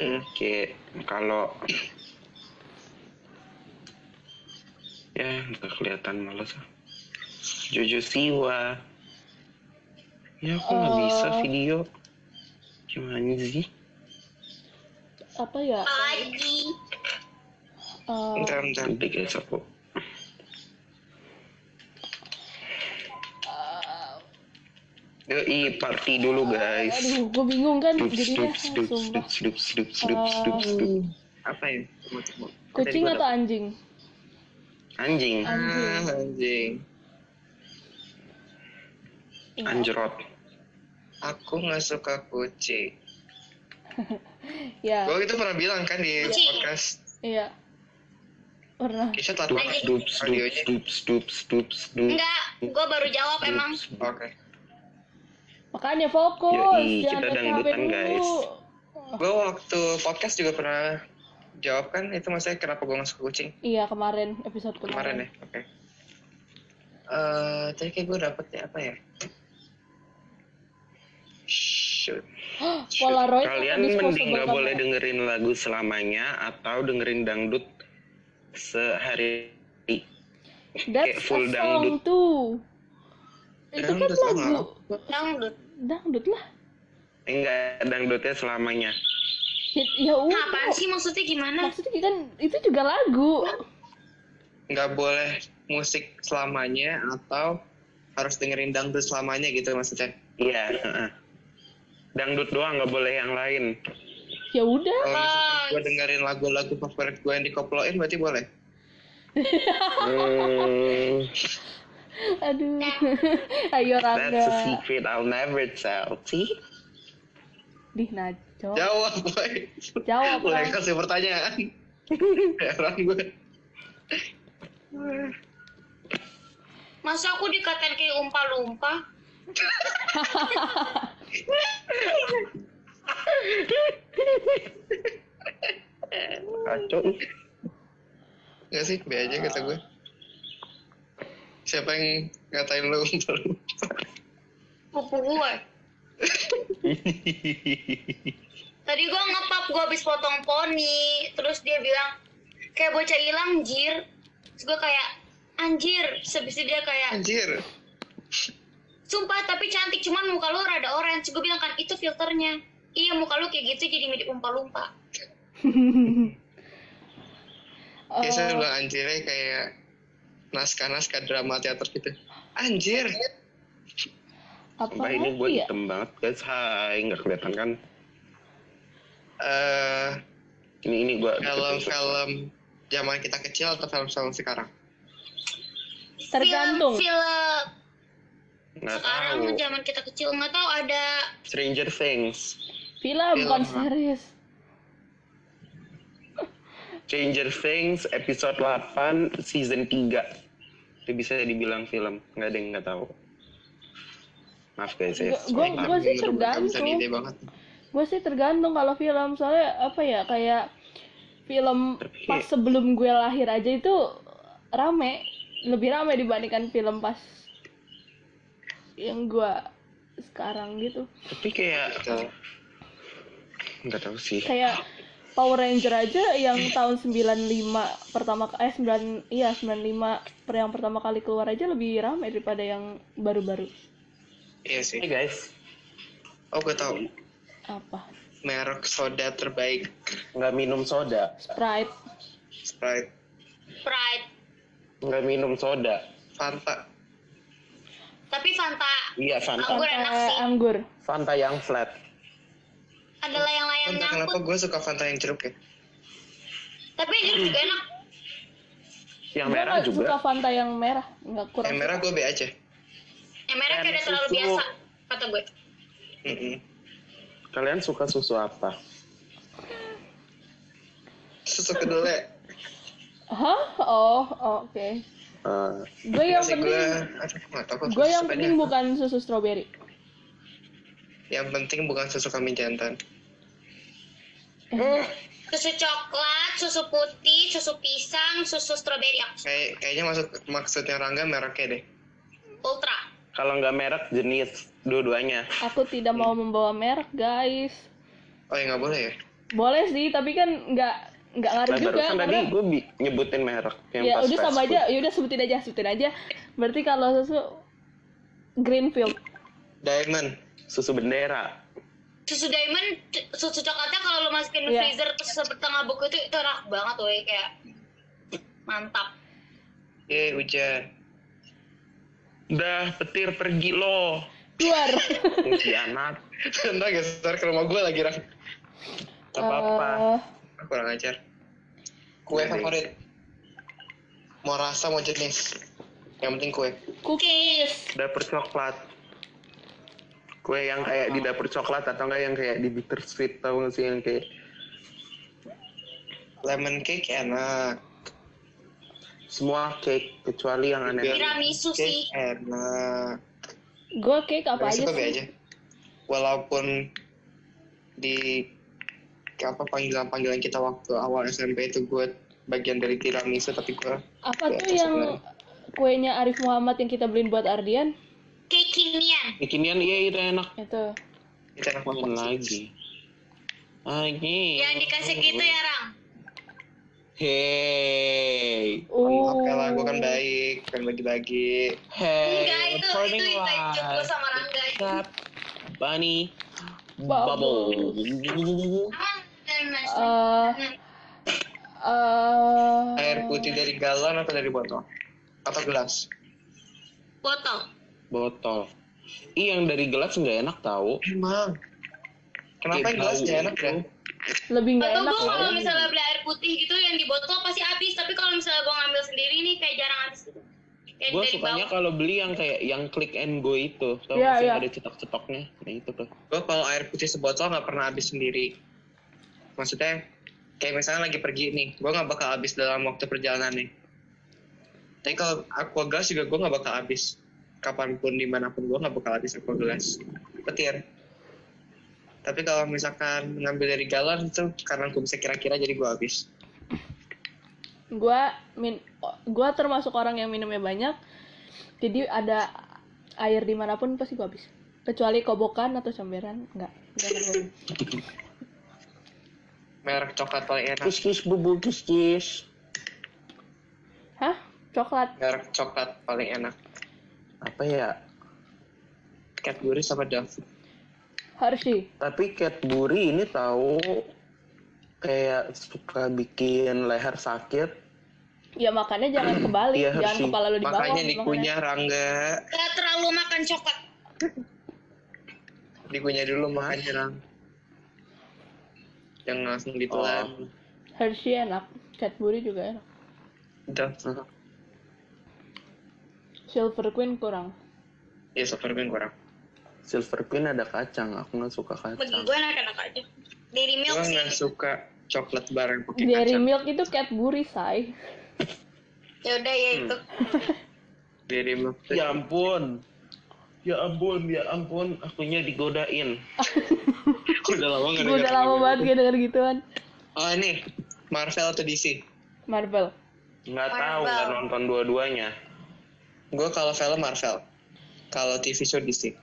Hmm. Kayak kalau ya nggak kelihatan males ah. Jojo Siwa. Ya aku nggak bisa Oh. video. Gimana sih? Apa ya? Pagi. Eh, Bentar, bentar. Nanti guys aku. Yoi, party dulu guys. aduh, gue bingung kan Dups, jadinya, dups, dups, sumpah. dups, dups, dups, dups, dups, dups. Apa ya? Tunggu, tunggu. Tadi Kucing gua atau anjing? Anjing, Ah, anjing. Iya. Iya. anjrot. Aku nggak suka kucing. Ya, Gue itu pernah bilang kan di Kucing. podcast iya. Pernah. Keisha telat Dups, banget dups, dups, audionya. dups, dups, dups, dups. Enggak, gue baru jawab emang. Dups. Oke. Makanya fokus, Yoi, jangan kita main HP dangdutan, dulu. guys. Gue waktu podcast juga pernah jawab kan itu maksudnya kenapa gue nggak suka kucing Iya, kemarin episode kemarin ya. Oke. Eh, tadi kayak gue dapetnya apa ya? Shoot. Polaroid Kalian atau disposable ya. mending nggak kamera? boleh dengerin lagu selamanya atau dengerin dangdut sehari. Eh, That's kayak full a song dangdut. tuh. Itu kan Dangdut lagu sama apa? Dangdut. dangdut lah. Enggak, dangdutnya selamanya. Ya, ya udah. Nah, apaan sih maksudnya gimana? Maksudnya kan itu juga lagu. nggak boleh musik selamanya atau harus dengerin dangdut selamanya gitu maksudnya Iya. heeh. Dangdut doang nggak boleh yang lain. Ya udah. kalau misalkan Guys. gue dengerin lagu-lagu favorit gue yang dikoploin berarti boleh *laughs* Hmm, Aduh. *laughs* Ayo that's a Rangga. secret I'll never tell. See? Dih Naco. jawab boy Jawab boleh kan? Rang. kasih pertanyaan heran gue Masa aku dikatain kayak umpa-lumpa? Kacau. nggak sih be aja kata gue siapa yang ngatain lu *laughs* ntar lu? Pupu gue. Tadi gue ngepap gue habis potong poni, terus dia bilang kayak bocah hilang jir. Terus gue kayak anjir, sebisa dia kayak anjir sumpah tapi cantik cuman muka lu rada orange. Gue bilang kan itu filternya. Iya muka lu kayak gitu jadi mirip umpa-lumpa. biasanya Oh. lu anjirnya kayak naskah-naskah drama teater gitu anjir Apa Sumpah ini gue lagi ya? hitam banget guys. Hai, nggak kelihatan kan? eh Ini ini gue. film-film zaman kita kecil atau film-film sekarang? Tergantung. Film, film Nggak sekarang tahu. zaman kita kecil nggak tahu ada Stranger Things. Film bukan Film. series. Stranger Things episode 8 season 3. Itu bisa dibilang film, nggak ada yang nggak tahu. Maaf guys ya. Gue gue Tapi nggak sih bisa tergantung. diide banget. Gue sih tergantung kalau film soalnya apa ya kayak film pas sebelum gue lahir aja itu rame, lebih rame dibandingkan film pas yang gue sekarang gitu. Tapi kayak Tuh. nggak tahu sih. Kayak Power Ranger aja yang tahun 95 pertama eh 9 iya 95 per yang pertama kali keluar aja lebih rame daripada yang baru-baru. Iya sih. Hey guys, Oh, gue tahu. Apa? Merek soda terbaik nggak minum soda, Sprite. Sprite, Pride. nggak minum soda. Fanta. Tapi Fanta Iya Fanta, Anggur enak Sampai sih. anggur. Fanta yang flat. ada layang-layang Entah kenapa nyangkut. gue suka Fanta yang jeruk ya. Tapi ini juga enak. Yang Gua merah nggak juga. suka Fanta yang merah, nggak kurang. Yang merah suka. gue B aja. Yang merah kayak Dan udah terlalu susu. biasa kata gue. Mm-mm. Kalian suka susu apa? Susu kedelai. Hah? Oh, oh, oke. Eh, Gue yang Masih penting, gue, aduh nggak tahu kok gue susu yang apa penting dia. bukan susu stroberi. Yang penting bukan susu kambing jantan. Susu coklat, susu putih, susu pisang, susu stroberi aku suka. Kayak kayaknya masuk maksudnya Rangga mereknya deh. ultra. kalau nggak merek jenis dua-duanya. Aku tidak mau membawa merek, guys. Oh ya nggak boleh ya. Boleh sih, tapi kan nggak nggak ngaruh Nah, juga. barusan tadi karena- gue nyebutin merek yang ya pas udah fast sama food. aja, ya udah sebutin aja, sebutin aja. Berarti kalau susu Greenfield, Diamond. Susu bendera. Susu diamond, c- susu coklatnya kalau lo masukin Iya. freezer terus setengah buku itu itu enak banget woi kayak mantap. Ye hujan. *laughs* Dah, petir pergi lo. keluar. Pengkhianat. Bentar geser ke rumah gue lagi Rang. Gak apa-apa. Eh, Kurang ajar. Kue Iya, favorit. Mau rasa mau jenis. Yang penting kue. cookies. Dapur coklat. Kue yang kayak di dapur coklat atau enggak yang kayak di bittersweet tau gak sih yang kayak Lemon cake enak. semua cake kecuali yang aneh. Iya. Tiramisu Cake sih. enak. Gue cake apa Tiramisu aja kopi sih? aja. Walaupun di apa panggilan-panggilan kita waktu awal SMP itu gue bagian dari tiramisu tapi gue Apa Ya, tuh yang kuenya Arif Muhammad yang kita beliin buat Ardian? Kayak kinian. Bikinian iya itu enak. Itu. kita enak Makan banget lagi. Ah, Lagi. Yang dikasih gitu ya, Rang. Hey. Uh. Oke lah, gue kan baik, kan bagi-bagi. Enggak, Hey, itu- Iya, recording Iya. itu invite live. juga sama Rangga. What's up, Bunny? Bubble. Bubble. Ah, enak. Eh, eh, Air putih dari galon atau dari botol? Atau gelas? Botol. Botol. Ih, yang dari gelas nggak enak tau. Emang. Kenapa Kayak yang gelasnya bau enak gitu. ya? lebih nggak Atau enak ya. gue kalau misalnya beli air putih gitu yang di botol pasti habis, tapi kalau misalnya gue ngambil sendiri nih kayak jarang habis gitu. Kayak Gue dari sukanya bawah. kalau beli yang kayak yang click and go itu. Iya, Tau nggak sih iya. ada cetok-cetoknya? Nah itu tuh. Gue kalau air putih sebotol nggak pernah habis sendiri. Maksudnya, kayak misalnya lagi pergi nih, gue nggak bakal habis dalam waktu perjalanan nih. Tapi kalau aqua gelas juga gue nggak bakal habis. Kapanpun, dimanapun gue nggak bakal habis aqua gelas. Petir. Tapi kalau misalkan ngambil dari galon itu karena gue bisa kira-kira jadi gue habis. gue min gue termasuk orang yang minumnya banyak jadi ada air dimanapun pasti gue habis kecuali kobokan atau comberan nggak nggak akan gua minum. Merek coklat paling enak. Kus-kus bubul kus-kus. hah coklat Merek coklat paling enak. Apa ya? Cadbury sama Dove. Hershey Tapi Cadbury ini tahu kayak suka bikin leher sakit. ya makannya jangan kebalik Iya, jangan Hershey. kepala lu di bawah Makanya makannya. dikunyah Rangga. Gak terlalu makan coklat. Dikunyah dulu makanya Rang. Jangan langsung ditelan. Oh. Hershey enak Cadbury juga enak Dove. Silver Queen kurang Ya Superman kurang. Silver Pin ada kacang, aku nggak suka kacang. Bagi gue enak-enak aja. Dairy Gue milk sih. nggak suka coklat bar yang pakai Dairy kacang. milk itu Cadbury, say. Ya udah ya itu. Dairy milk. Ya ampun. Ya ampun, ya ampun, akunya digodain. Udah lama nggak Gue udah dengar lama lagu. banget gak denger gituan. Oh ini Marvel atau DC? Marvel. Nggak tahu, nggak Marvel. nonton dua-duanya. Gue kalau film Marvel, kalau TV show DC.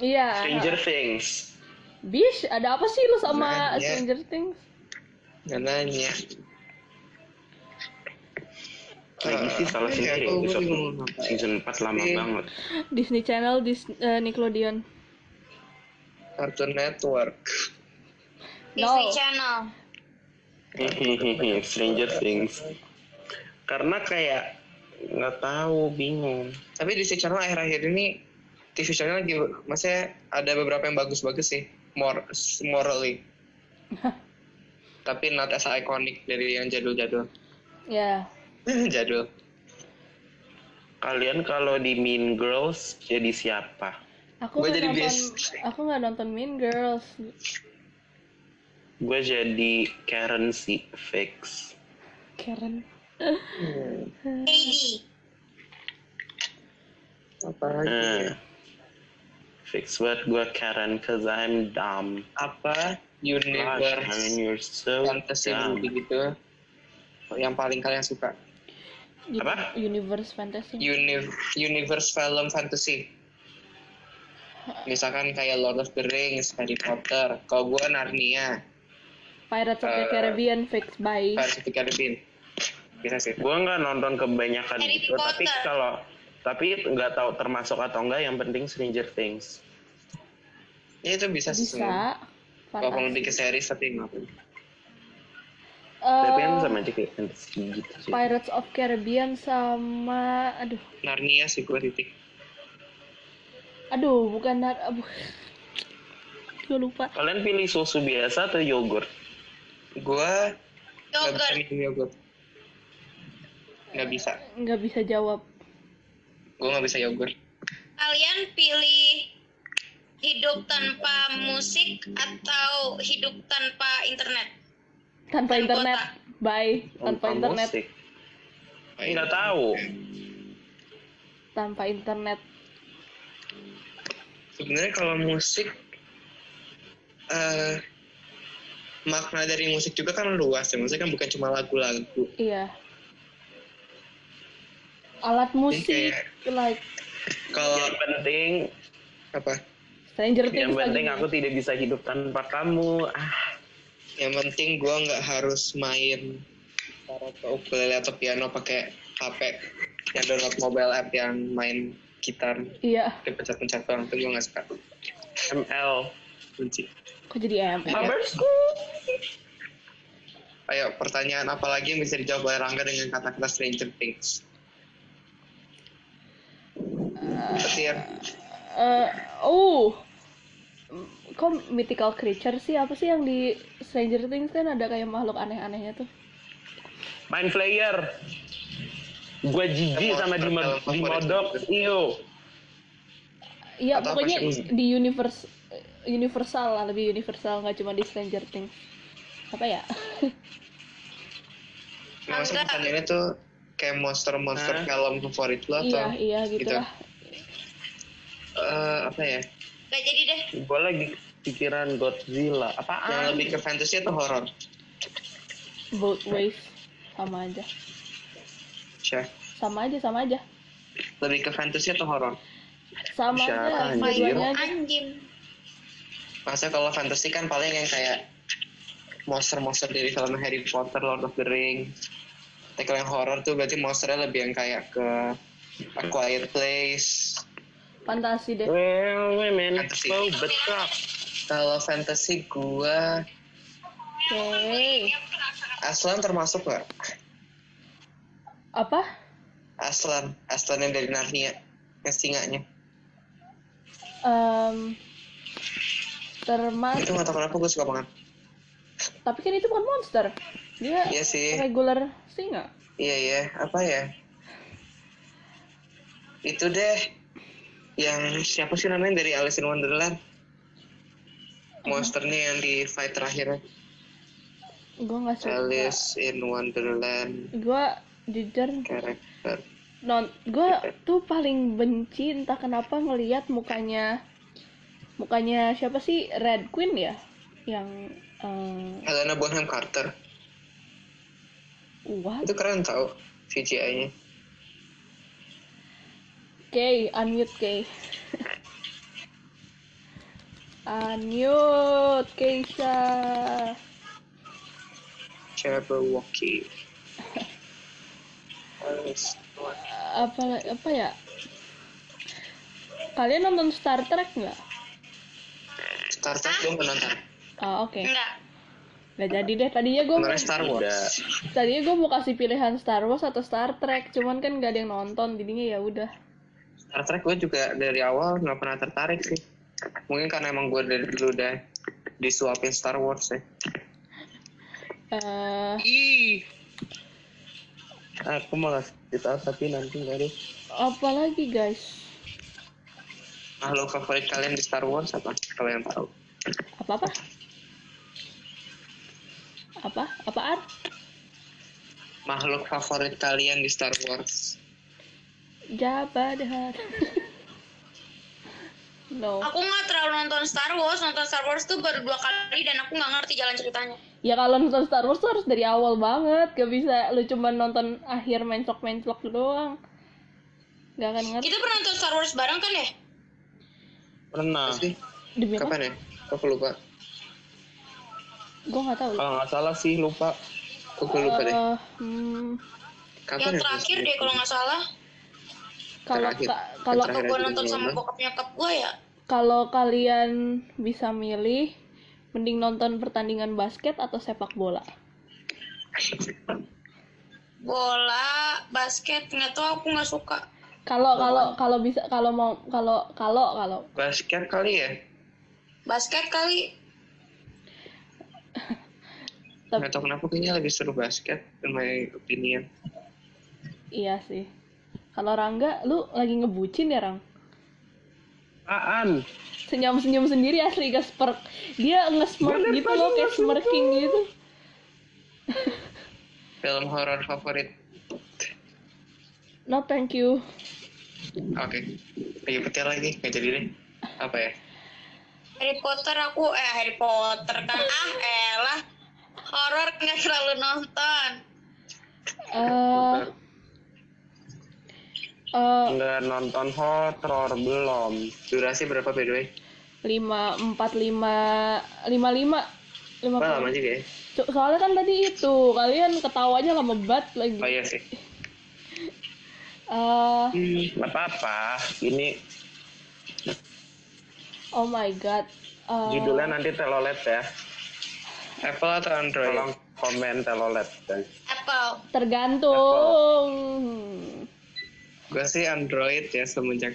Iya. Stranger Things. Bish, ada apa sih lu Iya. sama Nanya. Stranger Things? Nggak nanya. Lagi sih salah Eh, sendiri. aku Besok bingung apa ya. season 4 lama Iya. banget. Disney Channel, Dis eh, Nickelodeon. Cartoon Network. Disney No. Channel. Stranger Things. Mm-hmm. gitu. Karena kayak nggak tahu, bingung. Tapi DC Channel akhir-akhir ini TV show-nya lagi, maksudnya ada beberapa yang bagus-bagus sih, more morally. Tapi not as iconic dari yang jadul-jadul. *laughs* Ya. jadul. Kalian kalau di Mean Girls jadi siapa? Aku Gua nggak jadi nonton, Bish. aku nggak nonton Mean Girls. Gue jadi Karen si Fix. Karen. Heidi. Apa lagi? Nah, fix what gue Karen, cause I'm dumb. Apa? Gosh, I mean Universe. you're so Fantasy dumb. movie gitu. Yang paling kalian suka. Uni- Apa? Universe Fantasy. Univ- universe film fantasy. Misalkan kayak Lord of the Rings, Harry Potter. Kalau gue Narnia, Pirates of the Eh. Caribbean, fix by. Pirates of the Caribbean. Bisa sih. Gue nggak nonton kebanyakan Harry itu, tapi Potter. kalau tapi nggak tahu termasuk atau enggak, yang penting Stranger Things. Ya itu bisa sih. semua. Bisa. Walaupun Fantasi. lebih ke series tapi nggak apa Eh, Tapi kan Oh. sama aja kayak fantasy gitu sih. Pirates of Caribbean sama aduh Narnia sih gue titik. aduh bukan nar aduh gue lupa Kalian pilih susu biasa atau yogurt? Gue nggak bisa Yogurt. minum yogurt. Nggak bisa. nggak bisa jawab Gue nggak bisa yogurt. Kalian pilih hidup tanpa musik atau hidup tanpa internet? tanpa Tanpa internet bye tanpa Tanpa internet musik. Nggak tahu. tanpa internet Sebenarnya kalau musik, eh makna dari musik juga kan luas ya. Maksudnya kan bukan cuma lagu-lagu. iya alat musik like Kalau Yang penting, apa? Stranger yang Things penting lagi aku tidak bisa hidup tanpa kamu. Ah, Yang penting gua nggak harus main taruh ke ukulele atau piano pakai HP yang download mobile app yang main gitar iya dipencet-pencet orang itu gue nggak suka ML. kunci kok jadi Iya. em Summer school. ayo pertanyaan apa lagi yang bisa dijawab oleh Rangga dengan kata-kata Stranger Things Petir Eh, oh kok mythical creature sih apa sih yang di Stranger Things kan ada kayak makhluk aneh-anehnya tuh main player gue jijik sama di, di modok iyo Iya Atau apa pokoknya sih? di universe eh, universal lah lebih universal nggak cuma di Stranger Things apa ya Nah, maksudnya Rangga. pertanyaannya tuh kayak monster-monster Hah? film favorit lo atau iya iya gitu. gitulah eh, apa ya Gak jadi deh. gue lagi pikiran Godzilla apaan yang lebih ke fantasy atau horor both ways sama aja Syah sama aja sama aja lebih ke fantasy atau horor sama Bisa aja anjir. keduanya aja. Anjing. Masa kalau fantasi kan paling yang kayak monster-monster dari film Harry Potter, Lord of the Rings. Tapi kalau yang horror tuh berarti monsternya lebih yang kayak ke A Quiet Place. fantasi deh well women so betul Kalau fantasi gua oke Aslan termasuk gak? apa Aslan, Aslan yang dari Narnia, yang singanya. Em, termas Itu gak tau kenapa gue suka banget. tapi kan itu bukan monster dia Iya sih, regular singa iya iya, apa ya? Itu deh, yang siapa sih namanya dari Alice in Wonderland? Monsternya yang di fight terakhirnya. Gue nggak suka. Alice in Wonderland Gue jujur karakter non gue tuh paling benci entah kenapa ngelihat mukanya mukanya siapa sih Red Queen ya yang eh Helena Bonham Carter what itu keren tau CGI-nya Kay unmute Kay *laughs* unmute Keisha Jabberwocky Alice apa apa ya kalian nonton Star Trek nggak Star Trek belum pernah nonton oh, oke Enggak. nggak jadi deh tadinya gue kemarin Star Wars tadinya gue mau kasih pilihan Star Wars atau Star Trek cuman kan gak ada yang nonton jadinya ya udah Star Trek gue juga dari awal nggak pernah tertarik sih mungkin karena emang gue dari dulu udah disuapin Star Wars ya eh ih Aku mau ngasih cerita tapi nanti nggak deh. apa lagi guys makhluk favorit kalian di Star Wars apa kalau yang tahu apa apa apa apaan makhluk favorit kalian di Star Wars Jabadar *laughs* no Aku nggak terlalu nonton Star Wars. Nonton Star Wars tuh baru dua kali dan aku nggak ngerti jalan ceritanya. ya kalau nonton Star Wars tuh harus dari awal banget gak bisa lu cuma nonton akhir menclok menclok doang gak akan ngerti Kita pernah nonton Star Wars bareng kan ya? Ah. Pernah. sih demi apa kapan ya aku lupa gue nggak tahu Kalau nggak salah sih lupa. aku lupa deh Eh, hmm, kapan Yang ya? terakhir deh kalau nggak salah. kalau Terakhir. ka- kalau Terakhir. Gue ada nonton di sama London. bokap nyokap gue ya. kalau kalian bisa milih mending nonton pertandingan basket atau sepak bola Bola, basket, nggak tahu aku nggak suka. kalau kalau kalau bisa kalau mau kalau kalau kalau basket kali ya Basket kali. Tapi- nggak tahu kenapa kayaknya lebih seru basket in my opinion iya sih kalau Rangga lu lagi ngebucin ya Rang Apaan? senyum senyum sendiri asli gak smirk. dia nge-smirk gitu loh kayak smirking gitu film horor favorit no thank you oke lagi petir lagi nggak jadi deh apa ya Harry Potter aku eh Harry Potter kan ah elah horor nggak terlalu nonton. eh eh, Nggak nonton horor belum. durasi berapa by the way lima empat lima lima lima lima Wah, puluh. lama juga ya So- soalnya kan tadi itu kalian ketawanya lama banget lagi oh iya sih Eh, Hmm. Nggak apa-apa. Ini oh my god Eh, judulnya nanti telolet ya. Apple atau Android Tolong komen telolet. guys. Apple. tergantung Gue sih Android ya semenjak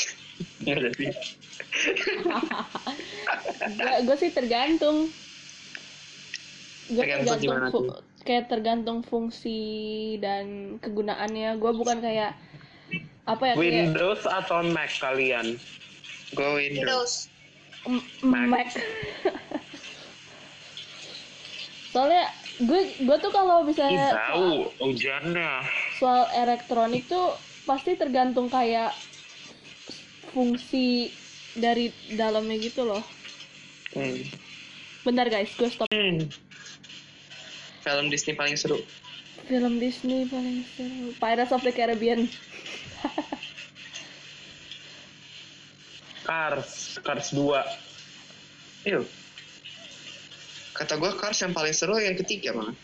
*laughs* ya udah sih. gue sih tergantung Tergantung gue tergantung gimana fu- tuh? kayak tergantung fungsi dan kegunaannya gue bukan kayak apa ya kayak Windows atau Mac kalian? Gue Windows. Windows. M- Mac soalnya gue gue tuh kalau bisa Ih, tahu hujannya. soal elektronik tuh pasti tergantung kayak fungsi dari dalamnya gitu loh. Hmm. Bentar guys, gue stop. Film Disney paling seru. Film Disney paling seru. Pirates of the Caribbean. Cars, Cars 2. Yuk. Kata gue Cars yang paling seru yang ketiga malah.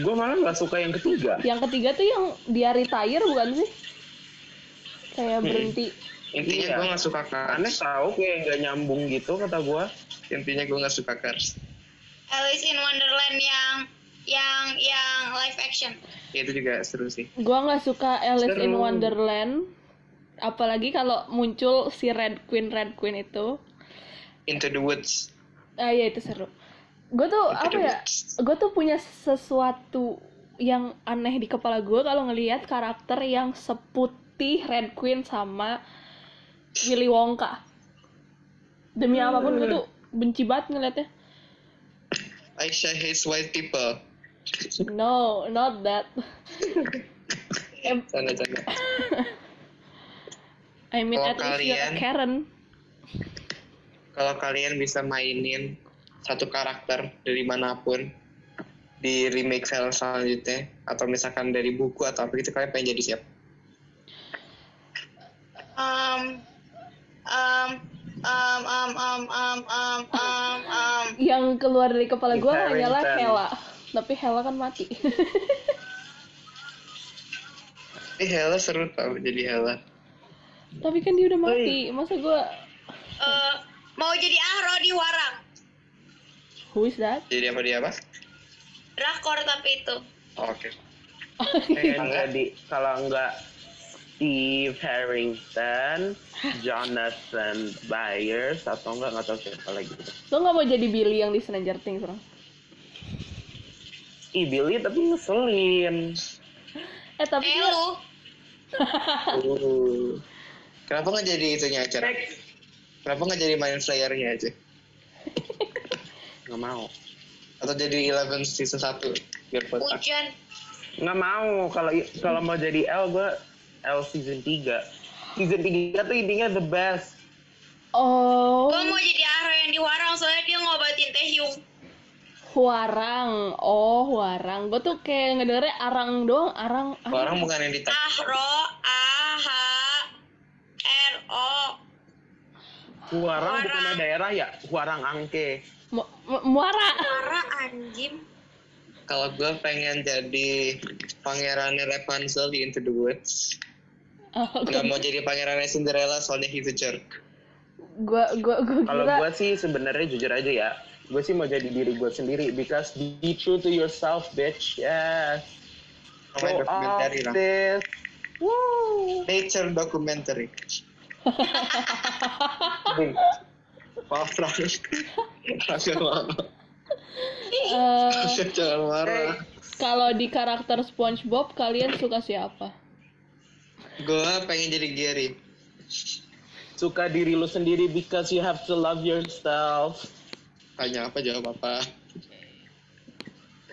Gue malah nggak suka yang ketiga. Yang ketiga tuh yang dia retire bukan sih? Kayak berhenti. Intinya Iya. gue gak suka Aneh Cars. tahu kayak nggak nyambung gitu kata gue. Intinya gue gak suka Cars. Alice in Wonderland yang yang yang live action. Ya, itu juga seru sih. Gue nggak suka Alice in Seru. Wonderland. Apalagi kalau muncul si Red Queen Red Queen itu. Into the Woods. Ah ya itu seru. Gue tuh Itu apa dulu. ya? Gue tuh punya sesuatu yang aneh di kepala gue kalau ngelihat karakter yang seputih Red Queen sama Willy Wonka. Demi apapun gue tuh benci banget ngelihatnya. Aisyah hates white people. No, not that. Em- Sana sana. I mean, Kalau at least you're a Oh, kalian- Karen. Kalau kalian bisa mainin satu karakter dari manapun di remake film selanjutnya atau misalkan dari buku atau apa gitu kalian pengen jadi siapa? um, um, um, um, um, um, um, um, um. Yang keluar dari kepala gue Karen, hanyalah Karen. Hela. Tapi Hela kan mati. *laughs* Eh Hela seru tau jadi Hela. Tapi kan dia udah mati. Masa gue... Eh, mau jadi Ahro di Warang. Who is that? Jadi apa dia apa? Rakor tapi itu. Oke. pengen jadi kalau enggak Steve Harrington, Jonathan Byers atau enggak nggak tahu siapa lagi. Lo nggak mau jadi Billy yang di Stranger Things, bro? Ih Billy tapi ngeselin. Eh, tapi Eh dia... lu, Uh. Kenapa nggak jadi itunya aja? Kenapa nggak jadi main playernya aja? Nggak mau. Atau jadi Eleven season 1 biar kotak. hujan. Nggak mau kalau kalau mau jadi L gue L season 3. Season 3 tuh intinya the best. Oh, Gua mau jadi Ahro yang di Warang soalnya dia ngobatin Teh Hyung. Huarang. Oh, Huarang. Gue tuh kayak ngedengernya Arang doang. Arang. Ah, Arang. Orang bukan yang ditangkap. Ahro, Ah, A H R O. Huarang Huarang. bukan daerah ya? Huarang Angke. Mu- mu- Muara. Para anjim. Kalau gue pengen jadi pangerannya Rapunzel di Into the Woods. Oh, Nggak mau jadi pangerannya Cinderella soalnya he's a jerk. gue gue gue Kalau gue sih sebenarnya jujur aja ya, gue sih mau jadi diri gue sendiri because be true to yourself, bitch. Yes. Main Go off dokumentari lah. sis. Woo. Nature documentary. Maaf lah. *laughs* Rasul marah. Eh, Rasul jangan marah. kalau di karakter SpongeBob kalian suka siapa? Gue pengen jadi Gary. Suka diri lu sendiri because you have to love yourself. Tanya apa jawab apa.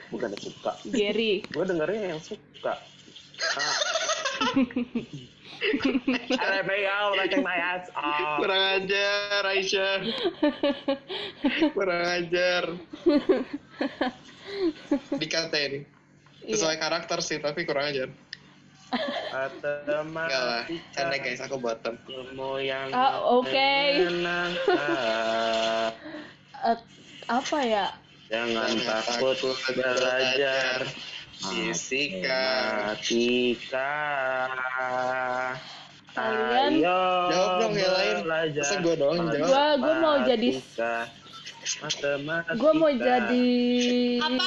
Bukan suka. Gary. Gue dengernya yang *laughs* suka. Ah. Everybody out, like my ass off. Kurang ajar, *laughs* Aisyah. Kurang ajar. Dikatain. Sesuai karakter sih, tapi kurang ajar. Enggak lah, canda Matematika guys, aku bottom. ilmu yang Ah, oke. menenangkan. *laughs* Eh, apa ya? Jangan Jangan takut takut belajar Jessica. matematika. Kalian- Ayo Jawab dong yang lain. belajar Masa gua doang jawab? Gua- Ah, gua mau jadi- matematika. Matematika. Gue mau jadi. Apa?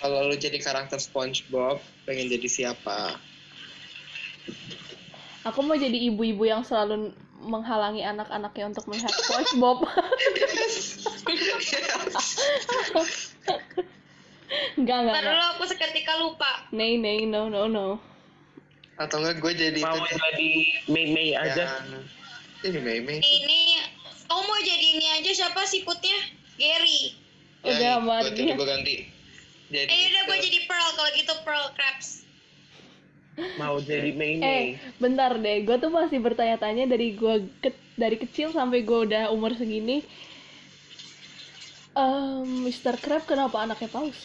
Kalau lu jadi karakter SpongeBob, pengen jadi siapa? Aku mau jadi ibu-ibu yang selalu menghalangi anak-anaknya untuk melihat SpongeBob. Enggak, enggak, Ntar enggak. dulu aku seketika lupa. Nay, nay, no, no, no. Atau enggak gue jadi mau itu deh, Ya. jadi Mei-Mei aja. yang- Ini Meme. Ini kamu mau jadi ini aja siapa siputnya? Gary. Ya, Udah, amat. Gue gue ganti. Jadi Eh udah itu. gue jadi Pearl kalau gitu Pearl Krabs. Mau jadi Eh, Mei-Mei. bentar deh. Gue tuh masih bertanya-tanya dari gua ke- dari kecil sampai gue udah umur segini. Em, Mr. Crab kenapa anaknya paus?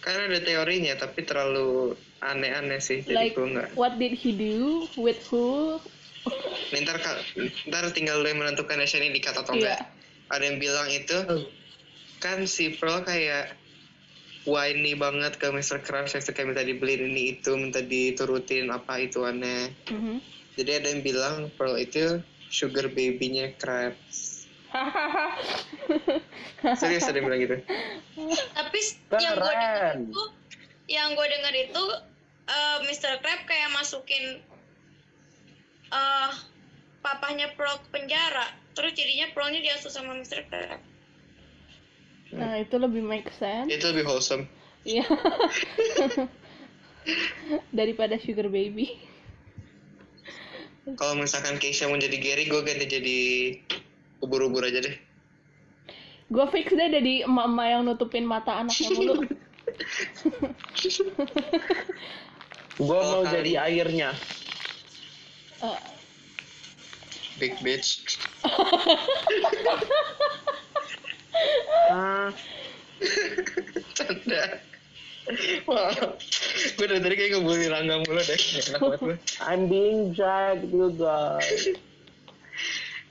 Karena kan ada teorinya, tapi terlalu aneh-aneh sih. Jadi like, gue enggak. what did he do? With who? Nih, ntar, kal- ntar tinggal lo yang menentukan Aisyah ini dikat atau enggak. Iya. Ada yang bilang itu, Oh. kan si Pearl kayak whiny banget ke Mr. Krabs, itu kayak minta dibeliin ini itu, minta diturutin apa itu aneh. Mhm. Jadi ada yang bilang Pearl itu sugar baby-nya Krabs. Serius ada yang bilang gitu? Tapi s- yang gue denger Keren. itu, yang gue denger itu eh, Mr. Crab kayak masukin eh papahnya Pearl ke penjara. Terus jadinya Pearlnya diasuh sama Mr. Crab. Nah, itu lebih make sense. Itu lebih wholesome. Iya. *laughs* Daripada Sugar Baby. Kalau misalkan Keisha mau jadi Gary, gue ganti jadi ubur-ubur aja deh. Gue fix deh jadi emak-emak yang nutupin mata anaknya mulu. *laughs* Gue Oh, mau kali. jadi airnya. Eh, Big bitch. Ah, Canda. Wow. Gue dari tadi kayak ngebully Rangga mulu deh. Gak enak banget gue. I'm being dragged, you gitu, guys.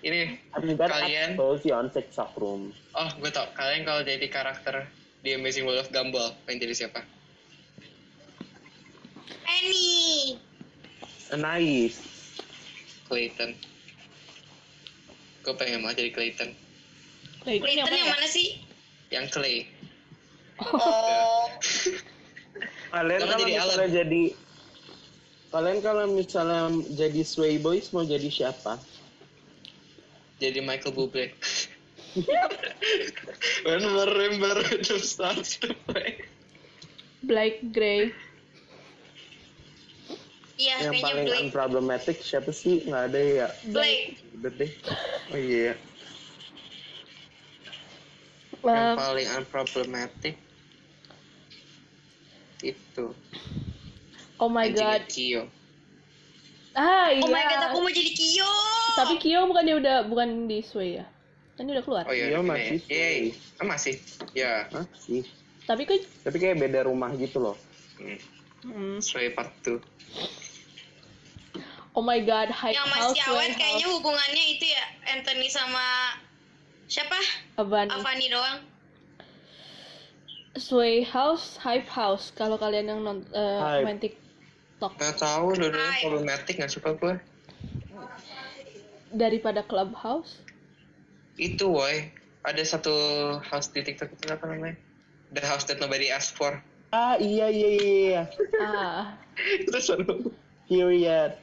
Ini, I'm that Kalian? exposed on TikTok room. oh gue tau. Kalian kalau jadi karakter di Amazing World of Gumball, pengen jadi siapa? Eh, Annie. Eh, Nice. Clayton. Gue pengen banget jadi Clayton. Clayton yang Clayton yang mana? mana *laughs* sih? Yang Clay. Oh. Kalian Jangan kalau jadi Alan. misalnya jadi kalian kalau misalnya jadi Sway Boys mau jadi siapa? Jadi Michael Bublé. *laughs* When remember the stars to play. Black Grey. Iya, Yang kayaknya paling Blake. unproblematic siapa sih? Nggak ada ya. Blake. Udah deh. Oh iya. Yang Eh, paling unproblematic itu oh my anjingnya god. Kyo. Ah iya. Oh my god, aku mau jadi Kyo. Tapi Kyo bukan dia udah bukan di Sway ya? Kan dia udah keluar. Oh iya, Kyo udah pindah masih ya. Yeay. Ah, masih. Ya. Hah? Ih. Tapi kan Tapi kayak beda rumah gitu loh. Hmm. Hmm. Sway part 2. Oh my god, Hype yang House, masih Sway awet kayaknya House, hubungannya itu ya Anthony sama siapa? Avani. Avani doang. Sway House, Hype House. Kalau kalian yang non, eh, Hype. main TikTok Gak tau, dua-duanya Hai. problematic gak suka gue. daripada Clubhouse, *laughs* Itu woy. Ada satu house di TikTok itu apa namanya? The house that nobody asked *laughs* for. Ah iya iya iya. iya. ah, itu seru. Period.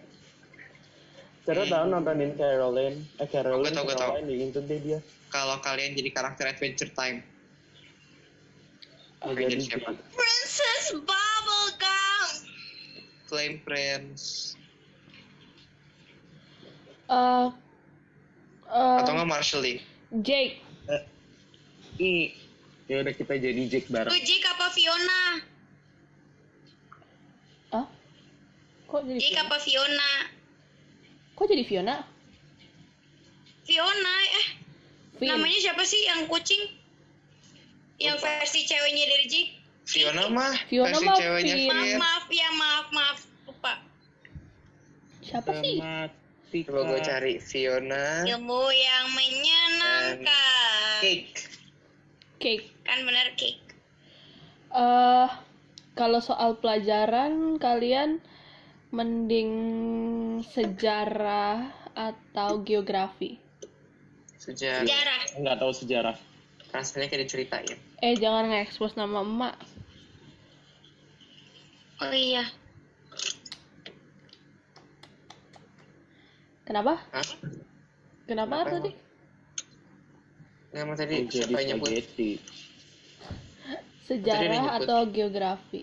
Seru Hmm. tau nontonin Caroline. Eh Caroline, Gua tau, gua tau. Caroline itu deh dia. Kalau kalian jadi karakter Adventure Time. Mau Pengen Oh, jadi siapa? Jade. Princess Bubblegum. Claim Friends. eh, eh, Atau nggak Marshall Lee. Jake, I. Ya udah kita jadi Jake bareng. Lu Jake apa Fiona? ah, kok jadi Jake Fiona? apa Fiona? Kok jadi Fiona? Fiona eh Vin. namanya siapa sih yang kucing? Yang versi ceweknya dari Jake? Fiona mah. Fiona versi mah ceweknya Vin. Maaf Fir. maaf ya maaf maaf lupa. siapa sih? Dramatika. Coba gue cari Fiona. Ilmu yang Iya. menyenangkan. Cake. Cake. Kan bener cake. eh kalau soal pelajaran kalian mending sejarah atau geografi? Sejak Ya. Sejarah. Nggak tahu sejarah. rasanya kayak diceritain. Eh jangan nge-expose nama emak. Oh iya. Kenapa? Hah? Kenapa, Kenapa tadi? Nggak mau tadi Mau siapa yang Oh, jadi nyebut? spaghetti. Tadi ada yang Sejarah nyebut. atau geografi?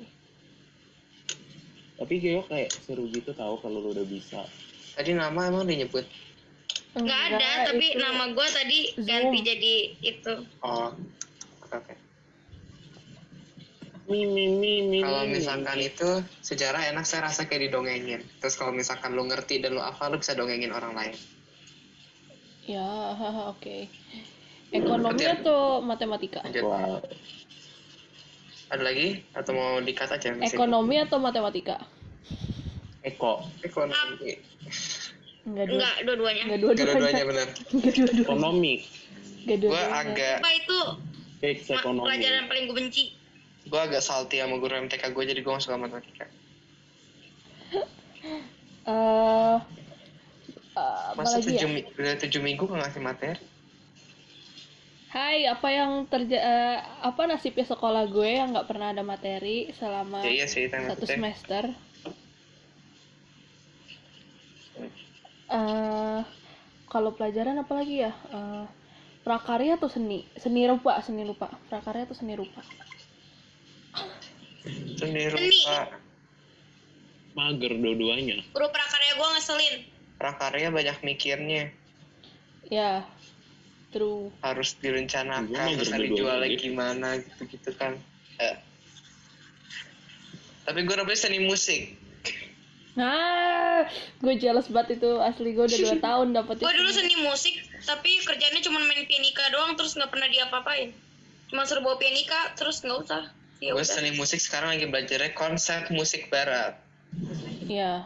Tapi Geo kayak seru gitu tahu kalau lu udah bisa. Tadi nama emang dia nyebut. Nggak ada, tapi itu ya. nama gue tadi Zoom. ganti jadi itu. Oh. Oke. oke. Mi mi mi mi. Kalau mi, mi. misalkan itu sejarah enak saya rasa kayak didongengin. Terus kalau misalkan lu ngerti dan lu hafal lu bisa dongengin orang lain. Ya, *laughs* oke. Ekonomi Ngerti ya? atau matematika? Lanjut. Wah, Ada lagi atau mau dikat aja mesin? Ekonomi atau matematika? Eko. Ekonomi. Enggak dua. Enggak, dua-duanya. Enggak Kedua-duanya dua-duanya. benar. *laughs* Enggak dua-duanya. Ekonomi. Enggak Gue dua-duanya. agak Apa itu Fix ma- ekonomi. pelajaran paling gue benci? gue agak salty sama guru MTK gue jadi gue gak suka matematika. Eh, eh, apa Masa lagi ya? tujuh, mi- udah tujuh minggu gak ngasih materi? Hai, apa yang terja eh, apa nasibnya sekolah gue yang nggak pernah ada materi selama Ya iya sih, itu yang satu maksudnya. semester. eh kalau pelajaran apa lagi ya? Eh, prakarya atau seni? Seni rupa, seni rupa. Prakarya atau seni rupa? Seni Seni. rupa. Mager dua-duanya. Guru prakarya gue ngeselin. Prakarya banyak mikirnya. Ya. True. harus direncanakan Gua mah terus gerbe dijualnya doang, gimana gitu gitu kan Eh. tapi gue dapetnya seni musik Nah, gue jealous banget itu asli gue *laughs* udah 2 tahun dapet Gue dulu itu. seni musik, tapi kerjanya cuma main pianika doang, terus nggak pernah diapa-apain. Cuma suruh bawa pianika, terus nggak usah. Ya gue udah. seni musik sekarang lagi belajarnya konsep musik barat Iya.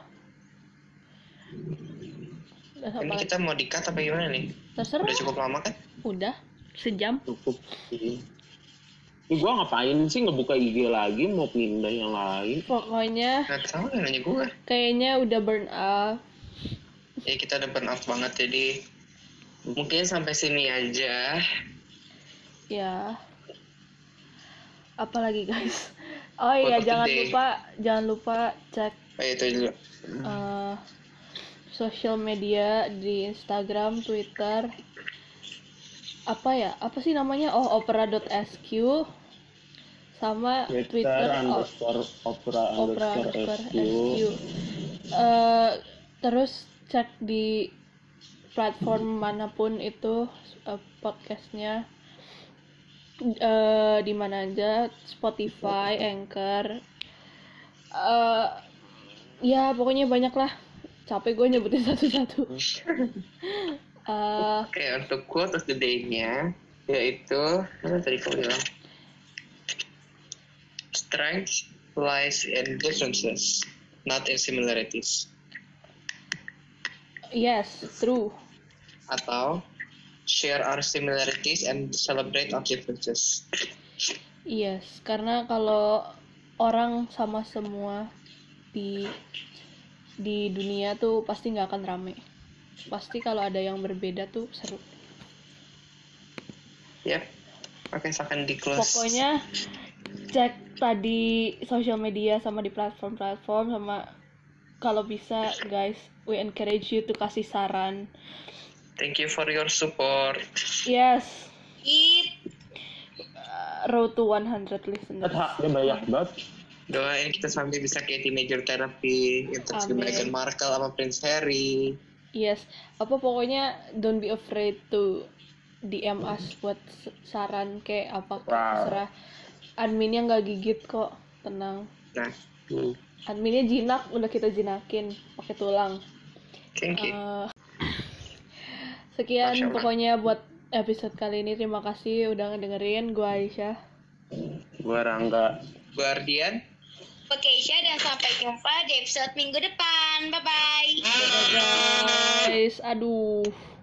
Dan ini apa lagi? kita mau dikat apa gimana nih Terserah. udah cukup lama kan Udah sejam. cukup sih. Ini gue ngapain sih ngebuka IG lagi mau pindah yang lain? Pokoknya nggak tahu ya, nanya gue kayaknya udah burn out. ya kita udah burn out banget jadi mungkin sampai sini aja Ya. Apalagi guys. Oh iya Product jangan today. lupa jangan lupa cek oh itu dulu eh social media di Instagram, Twitter. Apa ya? Apa sih namanya? Oh, opera.sq sama Twitter, oh, Twitter o- underscore opera opera Oh, underscore underscore SQ. SQ. Eh, terus cek di platform manapun itu eh, podcastnya eh di mana aja Spotify, Anchor, eh ya pokoknya banyak lah. Capek gue nyebutin *laughs* satu-satu. Eh, Oke, untuk quote of the day-nya yaitu apa tadi kamu bilang? Strength lies in differences, not in similarities. yes, true. Atau share our similarities and celebrate our differences. Yes, karena kalau orang sama semua di di dunia tuh pasti nggak akan rame. Pasti kalau ada yang berbeda tuh seru. Yap. Oke, silahkan di close. Pokoknya cek tadi social media sama di platform-platform sama kalau bisa guys, we encourage you to kasih saran. Thank you for your support. Yes, It uh, road to 100 listeners. Hah, Kan dia banyak banget. Doain kita sampai bisa kayak di major therapy, interview Amin. Meghan Markle sama Prince Harry. Yes, apa pokoknya don't be afraid to DM us buat s- saran kayak apa kek, Wow. terserah. Adminnya nggak gigit kok, tenang. Nah, Adminnya jinak, udah kita jinakin pakai tulang. thank you. Eh, sekian Masya Allah. pokoknya buat episode kali ini. Terima kasih udah ngedengerin. Gua Aisyah. Gue Rangga. Guardian. vacation dan sampai jumpa di episode minggu depan. Bye-bye. Guys, aduh.